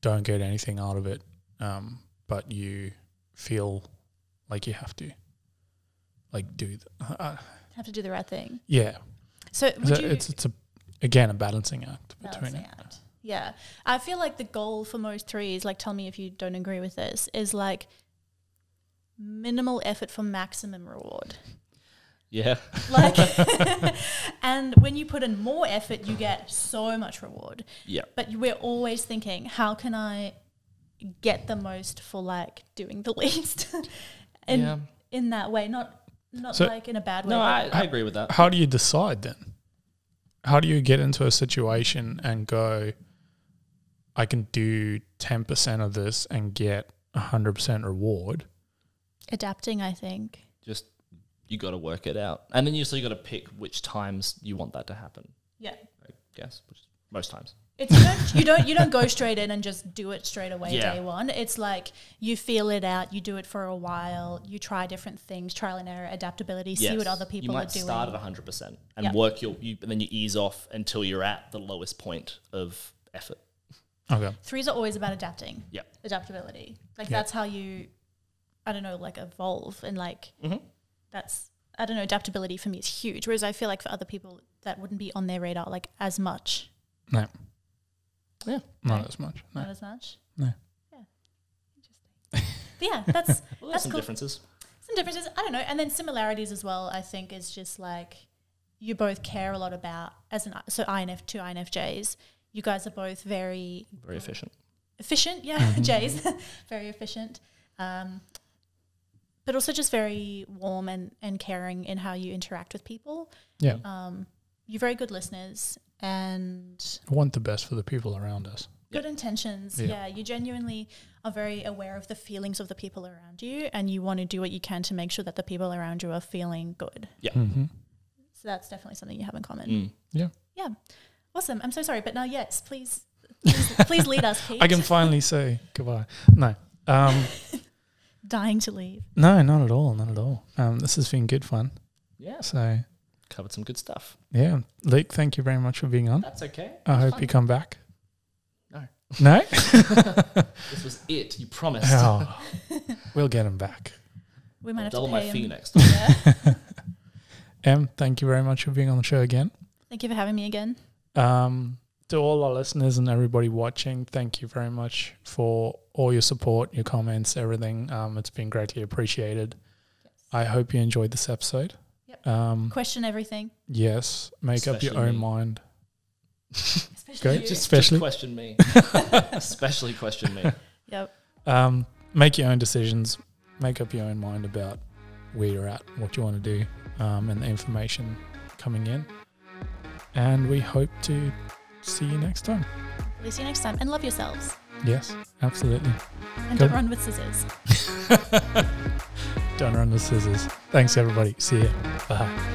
Speaker 1: don't get anything out of it um but you feel like you have to like do the, uh,
Speaker 2: have to do the right thing
Speaker 1: yeah
Speaker 2: so
Speaker 1: It's
Speaker 2: would
Speaker 1: a-
Speaker 2: you,
Speaker 1: it's it's a again a balancing act between
Speaker 2: balancing
Speaker 1: it
Speaker 2: act. Yeah. I feel like the goal for most threes, like tell me if you don't agree with this, is like minimal effort for maximum reward.
Speaker 3: yeah.
Speaker 2: Like and when you put in more effort, you get so much reward.
Speaker 3: Yeah.
Speaker 2: But you- we're always thinking, how can I get the most for like doing the least? in
Speaker 3: yeah.
Speaker 2: in that way, not not
Speaker 1: So-
Speaker 2: like in a bad way.
Speaker 3: No,
Speaker 2: but
Speaker 3: I, I agree with that.
Speaker 1: how do you decide then? How do you get into a situation and go, I can do 10% of this and get 100% reward?
Speaker 2: adapting, I think.
Speaker 3: Just you got to work it out, and then you still got to pick which times you want that to happen.
Speaker 2: Yeah.
Speaker 3: I guess which is most times.
Speaker 2: It's you don't, you don't you don't go straight in and just do it straight away
Speaker 3: Yeah.
Speaker 2: day one. It's like you feel it out, you do it for a while, you try different things, trial and error, adaptability, see what
Speaker 3: Yes.
Speaker 2: other people
Speaker 3: You
Speaker 2: are
Speaker 3: might
Speaker 2: doing.
Speaker 3: start at hundred percent and
Speaker 2: Yeah.
Speaker 3: work your, you, and then you ease off until you're at the lowest point of effort.
Speaker 1: Okay.
Speaker 2: Threes are always about adapting.
Speaker 3: Yeah.
Speaker 2: Adaptability. Like
Speaker 1: Yeah.
Speaker 2: that's how you I don't know, like evolve and like
Speaker 3: Mhm.
Speaker 2: that's I don't know, adaptability for me is huge. Whereas I feel like for other people that wouldn't be on their radar like as much.
Speaker 1: No.
Speaker 3: Yeah.
Speaker 1: Not
Speaker 2: No.
Speaker 1: as much.
Speaker 2: Not
Speaker 1: No.
Speaker 2: as much.
Speaker 1: No.
Speaker 2: Yeah. Interesting. but yeah, that's
Speaker 3: Well,
Speaker 2: That's
Speaker 3: there's some
Speaker 2: cool.
Speaker 3: differences.
Speaker 2: some differences. I don't know. And then similarities as well, I think, is just like you both care a lot about as an so INF two INFJs. You guys are both very
Speaker 3: Very efficient.
Speaker 2: efficient, yeah,
Speaker 1: Mm-hmm.
Speaker 2: J's, very efficient, um, but also just very warm and and caring in how you interact with people.
Speaker 1: Yeah.
Speaker 2: Um, you're very good listeners and
Speaker 1: I want the best for the people around us.
Speaker 2: good intentions.
Speaker 1: Yeah.
Speaker 2: Yeah. you genuinely are very aware of the feelings of the people around you, and you want to do what you can to make sure that the people around you are feeling good.
Speaker 1: Mm-hmm.
Speaker 2: So that's definitely something you have in common.
Speaker 3: Mm.
Speaker 2: Yeah, awesome. I'm so sorry, but now yes, please, please, please lead us, Pete.
Speaker 1: I can finally say goodbye. No. Um,
Speaker 2: Dying to leave.
Speaker 1: no, not at all. Not at all. Um, this has been good fun.
Speaker 3: Yeah,
Speaker 1: So,
Speaker 3: covered some good stuff.
Speaker 1: yeah. Luke, thank you very much for being on.
Speaker 3: That's okay.
Speaker 1: I hope
Speaker 3: Fun.
Speaker 1: you come back.
Speaker 3: No.
Speaker 1: No?
Speaker 3: This was it. You promised.
Speaker 1: Oh, we'll get him back.
Speaker 2: We might have
Speaker 3: double
Speaker 2: to
Speaker 3: my
Speaker 2: pay
Speaker 3: fee
Speaker 2: him.
Speaker 3: next time.
Speaker 2: Yeah.
Speaker 1: Em, thank you very much for being on the show again.
Speaker 2: Thank you for having me again.
Speaker 1: Um, to all our listeners and everybody watching, thank you very much for all your support, your comments, everything. Um, it's been greatly appreciated. I hope you enjoyed this episode.
Speaker 2: Yep.
Speaker 1: Um,
Speaker 2: Question everything,
Speaker 1: yes, make up your
Speaker 3: Especially
Speaker 1: own
Speaker 3: me.
Speaker 1: mind.
Speaker 2: especially
Speaker 1: Okay.
Speaker 2: you.
Speaker 3: Just,
Speaker 1: Especially-
Speaker 3: just question me. Especially question me.
Speaker 2: yep.
Speaker 1: Um, make your own decisions. Make up your own mind about where you're at, what you want to do, um, and the information coming in. And we hope to see you next time.
Speaker 2: We'll see you next time, and love yourselves,
Speaker 1: Yes, absolutely.
Speaker 2: and
Speaker 1: Cool.
Speaker 2: don't run with scissors.
Speaker 1: Don't run the scissors. Thanks, everybody. See ya. Bye.